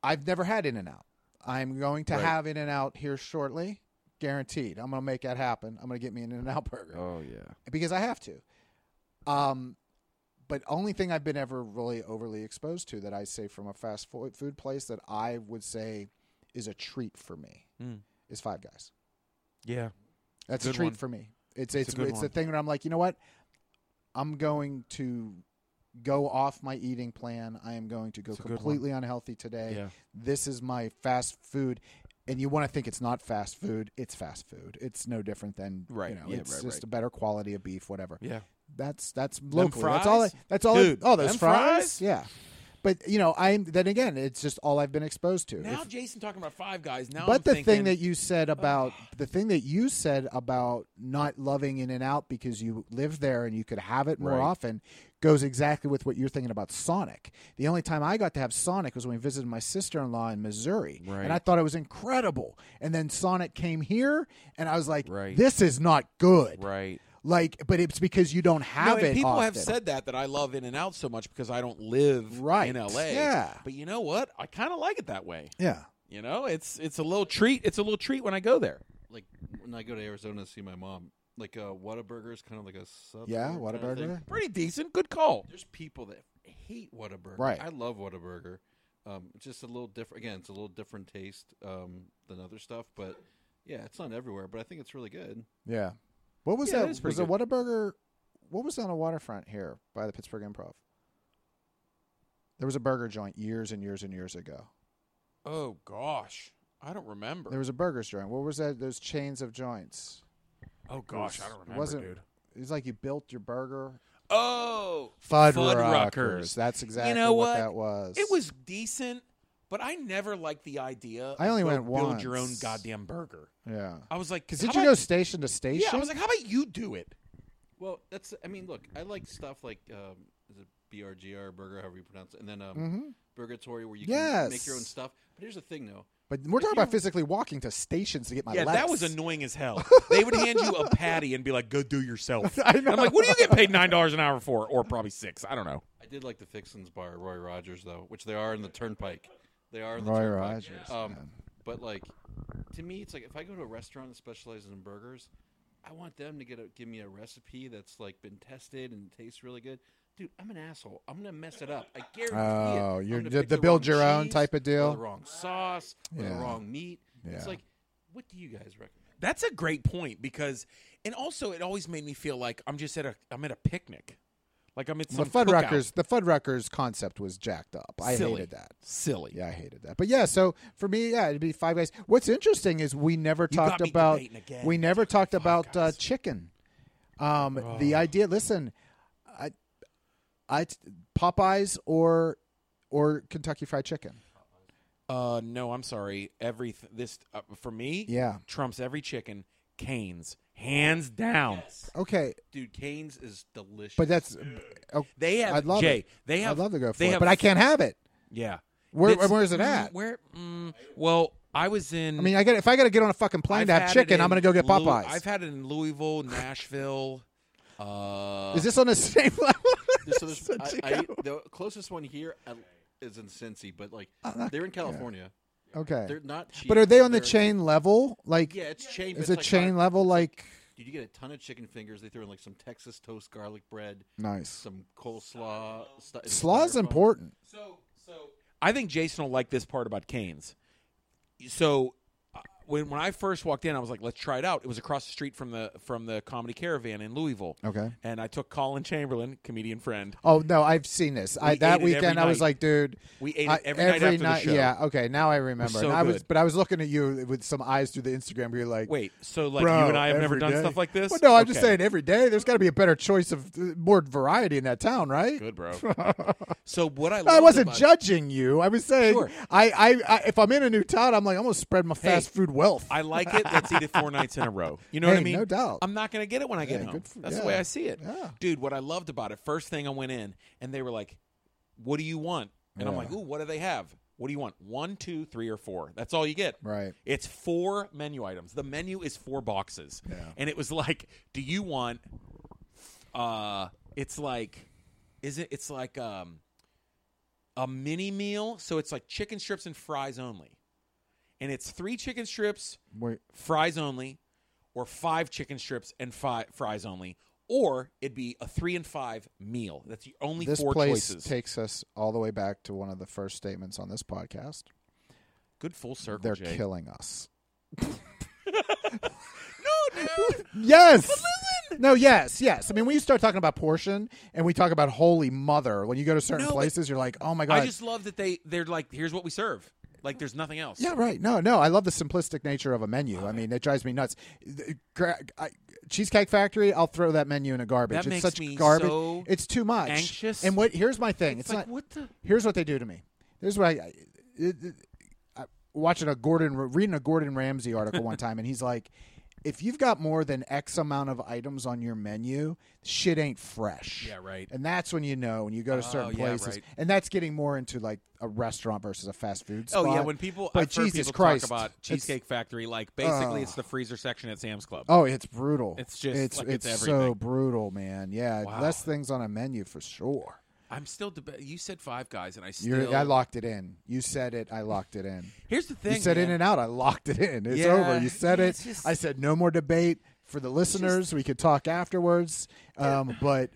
Speaker 2: I've never had In and Out. I'm going to
Speaker 1: Right.
Speaker 2: have In and Out here shortly, guaranteed. I'm going to make that happen. I'm going to get me an In and Out burger
Speaker 1: Oh yeah.
Speaker 2: because I have to. Um, but only thing I've been ever really overly exposed to that I say from a fast fo- food place that I would say is a treat for me
Speaker 1: Mm.
Speaker 2: is Five Guys.
Speaker 1: Yeah.
Speaker 2: That's a
Speaker 1: Good
Speaker 2: treat
Speaker 1: one.
Speaker 2: for me.
Speaker 1: It's
Speaker 2: It's it's
Speaker 1: a
Speaker 2: it's,
Speaker 1: good
Speaker 2: the
Speaker 1: one.
Speaker 2: thing where I'm like, you know what? I'm going to go off my eating plan. I am going to go
Speaker 1: It's a good one.
Speaker 2: completely unhealthy today.
Speaker 1: Yeah.
Speaker 2: This is my fast food. And you want to think it's not fast food? It's fast food. It's no different than
Speaker 1: Right.
Speaker 2: You know,
Speaker 1: Yeah,
Speaker 2: it's
Speaker 1: right,
Speaker 2: just
Speaker 1: right.
Speaker 2: a better quality of beef, whatever.
Speaker 1: Yeah.
Speaker 2: That's that's locally. That's all. I,
Speaker 1: fries?
Speaker 2: that's all. I-
Speaker 1: Dude,
Speaker 2: oh, those
Speaker 1: them
Speaker 2: fries?
Speaker 1: fries?
Speaker 2: Yeah, but you know, I'm then again, it's just all I've been exposed to.
Speaker 1: Now
Speaker 2: If-
Speaker 1: Jason talking about Five Guys. Now,
Speaker 2: but
Speaker 1: I'm
Speaker 2: the
Speaker 1: thinking,
Speaker 2: thing that you said about the thing that you said about not loving In and Out because you live there and you could have it more
Speaker 1: Right.
Speaker 2: often goes exactly with what you're thinking about Sonic. The only time I got to have Sonic was when we visited my sister-in-law in Missouri,
Speaker 1: Right.
Speaker 2: and I thought it was incredible. And then Sonic came here, and I was like,
Speaker 1: Right.
Speaker 2: "This is not good."
Speaker 1: right.
Speaker 2: Like, but it's because you don't
Speaker 1: No,
Speaker 2: have
Speaker 1: and
Speaker 2: it.
Speaker 1: people have
Speaker 2: often.
Speaker 1: said that that I love In and Out so much because I don't live
Speaker 2: Right.
Speaker 1: in L.A.
Speaker 2: Yeah.
Speaker 1: But you know what? I kind of like it that way.
Speaker 2: Yeah.
Speaker 1: You know, it's it's a little treat. It's a little treat when I go there.
Speaker 3: Like when I go to Arizona to see my mom, like uh, Whataburger is kind of like a southern
Speaker 2: Yeah,
Speaker 3: kind of thing.
Speaker 2: Whataburger.
Speaker 1: Pretty decent. Good call.
Speaker 3: There's people that hate Whataburger.
Speaker 2: Right.
Speaker 3: I love Whataburger. Um, it's just a little different. Again, it's a little different taste um, than other stuff, but yeah, it's not everywhere. But I think it's really good.
Speaker 2: Yeah. What was
Speaker 1: Yeah, that
Speaker 2: that?
Speaker 1: is
Speaker 2: was
Speaker 1: pretty
Speaker 2: it Whataburger? What was on the waterfront here by the Pittsburgh Improv? There was a burger joint years and years and years ago.
Speaker 1: Oh gosh, I don't remember.
Speaker 2: There was a burgers joint. What was that? Those chains of joints.
Speaker 1: oh
Speaker 2: gosh, I don't remember, wasn't- dude. It's like you built your burger.
Speaker 1: Oh,
Speaker 2: Fuddruckers. That's exactly what? that was.
Speaker 1: It was decent, but I never liked the idea.
Speaker 2: I only
Speaker 1: of
Speaker 2: went
Speaker 1: build your own
Speaker 2: once.
Speaker 1: goddamn burger.
Speaker 2: Yeah.
Speaker 1: I was like,
Speaker 2: Because
Speaker 1: how
Speaker 2: did you
Speaker 1: about-
Speaker 2: go station to station?
Speaker 1: Yeah, I was like, how about you do it?
Speaker 3: Well, that's. I mean, look, I like stuff like um, is it BRGR burger, however you pronounce it, and then um,
Speaker 2: Mm-hmm.
Speaker 3: Burgatory, where you can make your own
Speaker 2: Mm. Yes.
Speaker 3: stuff. But here's the thing, though.
Speaker 2: but we're
Speaker 3: if
Speaker 2: talking
Speaker 3: you-
Speaker 2: about physically walking to stations to get my
Speaker 1: yeah, that was
Speaker 2: lettuce.
Speaker 1: annoying as
Speaker 2: [laughs]
Speaker 1: hell. They would hand you a patty and be like, "Go do yourself."
Speaker 2: I
Speaker 1: And I'm like, "What do you get paid nine dollars an hour for, or probably six? I don't know."
Speaker 3: I did like the Fixins Bar, Roy Rogers, though, which they are in the Turnpike. They are in the
Speaker 2: Roy
Speaker 3: Turnpike.
Speaker 2: Rogers,
Speaker 3: Um,
Speaker 2: man.
Speaker 3: but like, to me, it's like if I go to a restaurant that specializes in burgers, I want them to get a, give me a recipe that's like been tested and tastes really good. Dude, I'm an asshole. I'm gonna mess it up. I guarantee it.
Speaker 2: Oh,
Speaker 3: I'm
Speaker 2: you're-
Speaker 3: gonna
Speaker 2: the-
Speaker 3: pick
Speaker 2: the build
Speaker 3: wrong
Speaker 2: your own
Speaker 3: cheese,
Speaker 2: type of
Speaker 3: or
Speaker 2: deal?
Speaker 3: the wrong sauce, or the
Speaker 2: Yeah.
Speaker 3: wrong meat.
Speaker 2: Yeah.
Speaker 3: It's like, what do you guys recommend?
Speaker 1: That's a great point because, and also, it always made me feel like I'm just at a I'm at a picnic, like I'm at
Speaker 2: the
Speaker 1: some cookout.
Speaker 2: Fuddruckers. The Fuddruckers concept was jacked up. I
Speaker 1: Silly.
Speaker 2: hated that.
Speaker 1: Silly.
Speaker 2: Yeah, I hated that. But yeah, so for me, yeah, it'd be Five Guys. What's interesting is we never
Speaker 1: got
Speaker 2: talked
Speaker 1: me
Speaker 2: about
Speaker 1: debating again.
Speaker 2: we never talked about uh,
Speaker 1: Guys. Oh.
Speaker 2: chicken. Um, The idea. Listen, I, I Popeyes or or Kentucky Fried Chicken.
Speaker 1: Uh, no, I'm sorry. Every this uh, for me,
Speaker 2: Yeah.
Speaker 1: trumps every chicken. Canes, hands down.
Speaker 2: Okay,
Speaker 3: Dude, Canes is delicious.
Speaker 2: but that's oh,
Speaker 1: They have
Speaker 2: I'd love
Speaker 1: Jay.
Speaker 2: it.
Speaker 1: They have.
Speaker 2: I'd love to go for
Speaker 1: they
Speaker 2: it,
Speaker 1: have-
Speaker 2: but I can't have it.
Speaker 1: Yeah.
Speaker 2: Where-
Speaker 1: That's-
Speaker 2: where's it
Speaker 1: mm,
Speaker 2: at?
Speaker 1: Where? Mm, well, I was in.
Speaker 2: I mean, I got if I got to get on a fucking plane to
Speaker 1: I've
Speaker 2: have
Speaker 1: had it
Speaker 2: chicken, I'm
Speaker 1: in
Speaker 2: gonna go get
Speaker 1: Lou-
Speaker 2: Popeyes.
Speaker 1: I've had it in Louisville, Nashville. Uh,
Speaker 2: Is this on the [laughs] same level? [laughs]
Speaker 3: so there's,
Speaker 2: So
Speaker 3: I, I,
Speaker 2: Chicago.
Speaker 3: the closest one here uh, is in Cincy, but like
Speaker 2: Oh,
Speaker 3: they're in California.
Speaker 2: okay,
Speaker 3: They're not cheap.
Speaker 2: but are they on the
Speaker 3: They're-
Speaker 2: chain level? Like,
Speaker 3: Yeah, it's chain. but
Speaker 2: is
Speaker 3: it's
Speaker 2: it
Speaker 3: like
Speaker 2: chain
Speaker 3: gar-
Speaker 2: level? Like,
Speaker 3: Dude, you get a ton of chicken fingers. They throw in like some Texas toast, garlic bread,
Speaker 2: nice.
Speaker 3: some coleslaw. St-
Speaker 2: Slaw's
Speaker 3: styrofoam.
Speaker 2: important.
Speaker 1: So, so I think Jason will like this part about Canes. So, uh, when when I first walked in, I was like, "Let's try it out." It was across the street from the from the Comedy Caravan in Louisville.
Speaker 2: Okay.
Speaker 1: and I took Colin Chamberlain, comedian friend.
Speaker 2: Oh no, I've seen this. I
Speaker 1: We
Speaker 2: that
Speaker 1: ate it every
Speaker 2: weekend I was
Speaker 1: night.
Speaker 2: like, dude,
Speaker 1: We ate it
Speaker 2: I-
Speaker 1: every night after the show.
Speaker 2: Yeah, okay, now I remember.
Speaker 1: so
Speaker 2: and I was,
Speaker 1: good.
Speaker 2: but I was looking at you with some eyes through the Instagram. Where you're like,
Speaker 1: Wait, so like
Speaker 2: bro,
Speaker 1: you and I have never
Speaker 2: every
Speaker 1: done
Speaker 2: day.
Speaker 1: stuff like this?
Speaker 2: Well, no, I'm just
Speaker 1: Okay.
Speaker 2: saying every day. There's got to be a better choice of uh, more variety in that town, right?
Speaker 1: Good,
Speaker 2: [laughs]
Speaker 1: bro. so what I
Speaker 2: No, I
Speaker 1: loved
Speaker 2: wasn't
Speaker 1: about-
Speaker 2: judging you. I was saying,
Speaker 1: Sure.
Speaker 2: I, I, I, if I'm in a new town, I'm like, I'm gonna spread my fast food wealth.
Speaker 1: I like it. Let's eat it four nights in a row. You know what I
Speaker 2: Hey,
Speaker 1: mean?
Speaker 2: no doubt.
Speaker 1: I'm not going to get it when I get
Speaker 2: Yeah,
Speaker 1: home.
Speaker 2: good for-
Speaker 1: That's
Speaker 2: yeah.
Speaker 1: the way I see it.
Speaker 2: Yeah.
Speaker 1: Dude, what I loved about it, first thing I went in and they were like, what do you want? And I'm
Speaker 2: Yeah.
Speaker 1: like, ooh, what do they have? What do you want? One, two, three, or four. That's all you get.
Speaker 2: Right.
Speaker 1: It's four menu items. The menu is four boxes.
Speaker 2: Yeah.
Speaker 1: And it was like, do you want uh it's like is it it's like um a mini meal, so it's like chicken strips and fries only. And it's three chicken strips,
Speaker 2: Wait,
Speaker 1: fries only, or five chicken strips and five fries only, or it'd be a three and five meal. That's the only
Speaker 2: this
Speaker 1: four
Speaker 2: place
Speaker 1: choices.
Speaker 2: takes us all the way back to one of the first statements on this podcast.
Speaker 1: Good full circle.
Speaker 2: They're
Speaker 1: Jay. [laughs]
Speaker 2: killing us.
Speaker 1: No, dude.
Speaker 2: Yes. No, yes, yes. I mean, when you start talking about portion and we talk about holy mother, when you go to certain
Speaker 1: No, but-
Speaker 2: places, you're like, oh my god.
Speaker 1: I just love that they they're like, here's what we serve. Like, there's nothing else.
Speaker 2: yeah, right. No, no. I love the simplistic nature of a menu. I mean, it drives me nuts. The- gra- I- Cheesecake Factory, I'll throw that menu in a garbage.
Speaker 1: That
Speaker 2: it's
Speaker 1: makes
Speaker 2: such
Speaker 1: me
Speaker 2: garbage.
Speaker 1: so
Speaker 2: it's too much.
Speaker 1: anxious.
Speaker 2: And what? Here's my thing. It's,
Speaker 1: It's, like
Speaker 2: not.
Speaker 1: what the
Speaker 2: Here's what they do to me. Here's what I, I, it- it- I watching a Gordon reading a Gordon Ramsay
Speaker 1: [laughs]
Speaker 2: article one time, and he's like, "If you've got more than X amount of items on your menu, shit ain't fresh."
Speaker 1: Yeah, right.
Speaker 2: And that's when you know when you go to certain
Speaker 1: Oh, yeah,
Speaker 2: places,
Speaker 1: right.
Speaker 2: and that's getting more into like a restaurant versus a fast food spot.
Speaker 1: Oh yeah, when people
Speaker 2: but
Speaker 1: I've heard
Speaker 2: Jesus
Speaker 1: people
Speaker 2: Christ,
Speaker 1: talk about
Speaker 2: it's-
Speaker 1: Cheesecake Factory, like basically
Speaker 2: Ugh.
Speaker 1: it's the freezer section at Sam's Club.
Speaker 2: Oh, it's brutal.
Speaker 1: It's just
Speaker 2: it's
Speaker 1: like
Speaker 2: it's,
Speaker 1: it's
Speaker 2: so
Speaker 1: everything.
Speaker 2: brutal, man. Yeah,
Speaker 1: Wow.
Speaker 2: less things on a menu for sure.
Speaker 1: I'm still deba- you said Five Guys, and I
Speaker 2: You're,
Speaker 1: still
Speaker 2: I locked it in. You said it. I locked it in.
Speaker 1: here's the thing.
Speaker 2: you said
Speaker 1: man.
Speaker 2: in and out. I locked it in. It's
Speaker 1: Yeah.
Speaker 2: over. You said
Speaker 1: Yeah,
Speaker 2: it.
Speaker 1: it's just-
Speaker 2: I said no more debate for the listeners. we could talk afterwards, um, but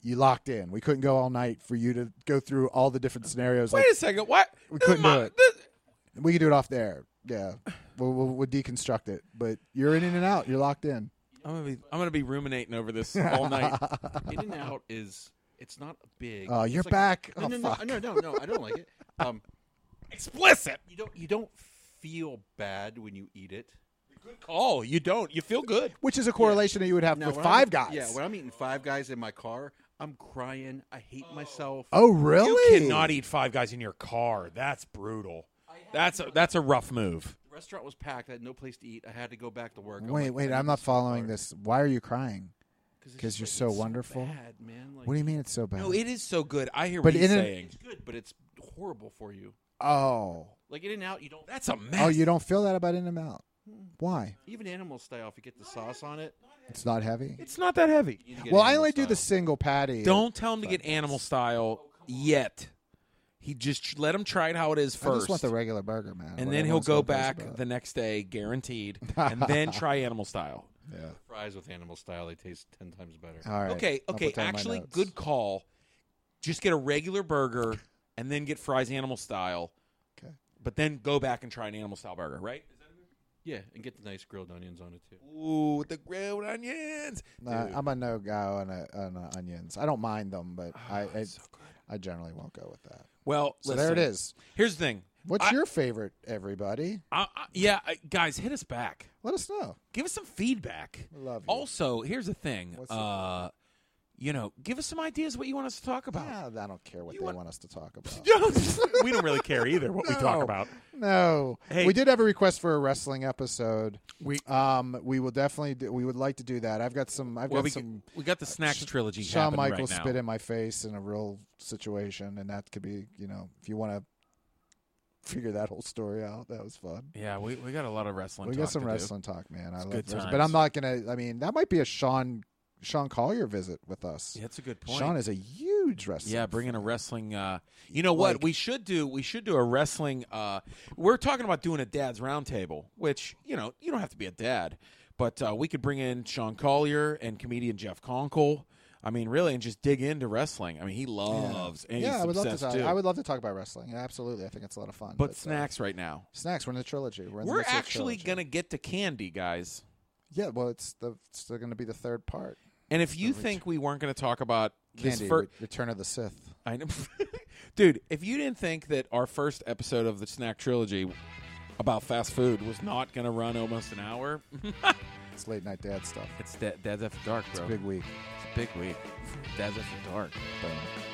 Speaker 2: you locked in. We couldn't go all night for you to go through all the different scenarios.
Speaker 1: Wait
Speaker 2: Like,
Speaker 1: a second, what?
Speaker 2: We couldn't
Speaker 1: My-
Speaker 2: do it.
Speaker 1: this-
Speaker 2: we could do it off there. Yeah, we'll, we'll, we'll deconstruct it. But you're in and out. You're locked in.
Speaker 1: I'm gonna be I'm gonna be ruminating over this all
Speaker 2: [laughs]
Speaker 1: night.
Speaker 3: In and out is it's not big.
Speaker 2: Oh,
Speaker 3: It's
Speaker 2: you're
Speaker 3: like-
Speaker 2: back.
Speaker 3: No,
Speaker 2: Oh,
Speaker 3: no, no,
Speaker 2: fuck.
Speaker 3: no, no, no, I
Speaker 2: [laughs]
Speaker 3: don't like it. Um,
Speaker 1: Explicit.
Speaker 3: you don't you don't feel bad when you eat it.
Speaker 1: Good call. You don't. You feel good.
Speaker 2: Which is a correlation that you would have
Speaker 3: Now,
Speaker 2: with
Speaker 3: when
Speaker 2: 5
Speaker 3: I'm,
Speaker 2: Guys.
Speaker 3: Yeah, when I'm eating Five Guys in my car, I'm crying. I hate myself.
Speaker 2: oh, really?
Speaker 1: You cannot eat Five Guys in your car. That's brutal. That's a, that's a rough move.
Speaker 3: The restaurant was packed. I had no place to eat. I had to go back to work.
Speaker 2: Wait, wait. I'm not following this. Why are you crying?
Speaker 3: because
Speaker 2: 'cause you're so wonderful.
Speaker 3: bad, man. Like,
Speaker 2: What do you mean it's so bad?
Speaker 1: No, it is so good. I hear
Speaker 2: But
Speaker 1: what he's
Speaker 2: in a-
Speaker 1: saying.
Speaker 3: It's good, but it's horrible for you.
Speaker 2: oh,
Speaker 3: Like in and out, you don't.
Speaker 1: That's a mess.
Speaker 2: oh, you don't feel that about In and Out. Why?
Speaker 3: Even animal style, if you get the sauce on it.
Speaker 2: It's not heavy.
Speaker 1: It's not that heavy.
Speaker 3: You need to get
Speaker 2: Well, I
Speaker 3: animal
Speaker 2: only do the
Speaker 3: style.
Speaker 2: single patty.
Speaker 1: Don't tell him to get animal style yet. He just let him try it how it is
Speaker 2: I
Speaker 1: first.
Speaker 2: just want the regular burger, man.
Speaker 1: and
Speaker 2: What
Speaker 1: then he'll
Speaker 2: everyone's
Speaker 1: go
Speaker 2: so pissed
Speaker 1: back
Speaker 2: about.
Speaker 1: the next day, guaranteed,
Speaker 2: [laughs]
Speaker 1: and then try animal style.
Speaker 3: fries with animal style. They taste ten times better.
Speaker 2: All right.
Speaker 1: Okay,
Speaker 2: I'll
Speaker 1: okay,
Speaker 2: put that in my
Speaker 1: actually,
Speaker 2: notes.
Speaker 1: good call. Just get a regular burger and then get fries animal style.
Speaker 2: Okay.
Speaker 1: But then go back and try an animal style burger, right?
Speaker 3: Yeah, and get the nice grilled onions on it too.
Speaker 1: Ooh, with the grilled onions.
Speaker 2: Nah, I'm a no guy on, a, on a onions. I don't mind them, but
Speaker 1: Ah,
Speaker 2: I I, I generally won't go with that.
Speaker 1: Well,
Speaker 2: So there it
Speaker 1: listen,
Speaker 2: is.
Speaker 1: Here's the thing.
Speaker 2: What's
Speaker 1: I-
Speaker 2: your favorite, everybody?
Speaker 1: I, I, yeah, I, guys, hit us back.
Speaker 2: Let us know.
Speaker 1: Give us some feedback.
Speaker 2: Love you.
Speaker 1: Also, here's the thing.
Speaker 2: What's
Speaker 1: uh, you know, give us some ideas what you want us to talk about.
Speaker 2: Ah, I don't care what
Speaker 1: You
Speaker 2: they
Speaker 1: want-
Speaker 2: want us
Speaker 1: [laughs]
Speaker 2: to talk about.
Speaker 1: we don't really care either what we talk
Speaker 2: No.
Speaker 1: about.
Speaker 2: No,
Speaker 1: Hey.
Speaker 2: we did have a request for a wrestling episode.
Speaker 1: We-
Speaker 2: um we will definitely do, we would like to do that. I've got some I've
Speaker 1: Well,
Speaker 2: got
Speaker 1: we,
Speaker 2: some
Speaker 1: we got the snacks
Speaker 2: Sh-
Speaker 1: trilogy.
Speaker 2: Shawn
Speaker 1: happening right
Speaker 2: Michaels
Speaker 1: now.
Speaker 2: spit in my face in a real situation, and that could be you know if you want to figure that whole story out, that was fun.
Speaker 1: Yeah, we, we got a lot of wrestling.
Speaker 2: we got
Speaker 1: talk
Speaker 2: some
Speaker 1: to do.
Speaker 2: wrestling talk, man. I love
Speaker 1: good
Speaker 2: wrestling. but
Speaker 1: times.
Speaker 2: I'm not gonna. I mean, that might be a Sean Sean Collier visit with us.
Speaker 1: Yeah, that's a good point.
Speaker 2: Sean is a huge wrestler.
Speaker 1: Yeah, bring in a wrestling. Uh, you know what?
Speaker 2: Like-
Speaker 1: we should do. We should do a wrestling. Uh, we're talking about doing a dad's roundtable, which you know you don't have to be a dad, but uh, we could bring in Sean Collier and comedian Jeff Conkle. I mean, really, and just dig into wrestling. I mean, he loves and
Speaker 2: yeah,
Speaker 1: he's
Speaker 2: I would love to
Speaker 1: obsessed
Speaker 2: talk.
Speaker 1: too.
Speaker 2: I would love to talk about wrestling. Yeah, absolutely, I think it's a lot of fun.
Speaker 1: but
Speaker 2: uh,
Speaker 1: snacks right now.
Speaker 2: snacks. We're in the trilogy. We're, in the
Speaker 1: We're
Speaker 2: midst of the
Speaker 1: actually
Speaker 2: trilogy.
Speaker 1: gonna get to candy, guys.
Speaker 2: Yeah, well, it's the it's still gonna be the third part.
Speaker 1: And if you think we weren't gonna talk about this
Speaker 2: Candy,
Speaker 1: fir-
Speaker 2: Re- Return of the Sith.
Speaker 1: I know. [laughs] Dude, if you didn't think that our first episode of the snack trilogy about fast food was not going to run almost an hour,
Speaker 2: It's late night dad stuff.
Speaker 1: it's da- Dad's After Dark, bro.
Speaker 2: Big week.
Speaker 1: It's a big week. Dad's After Dark.
Speaker 2: Boom.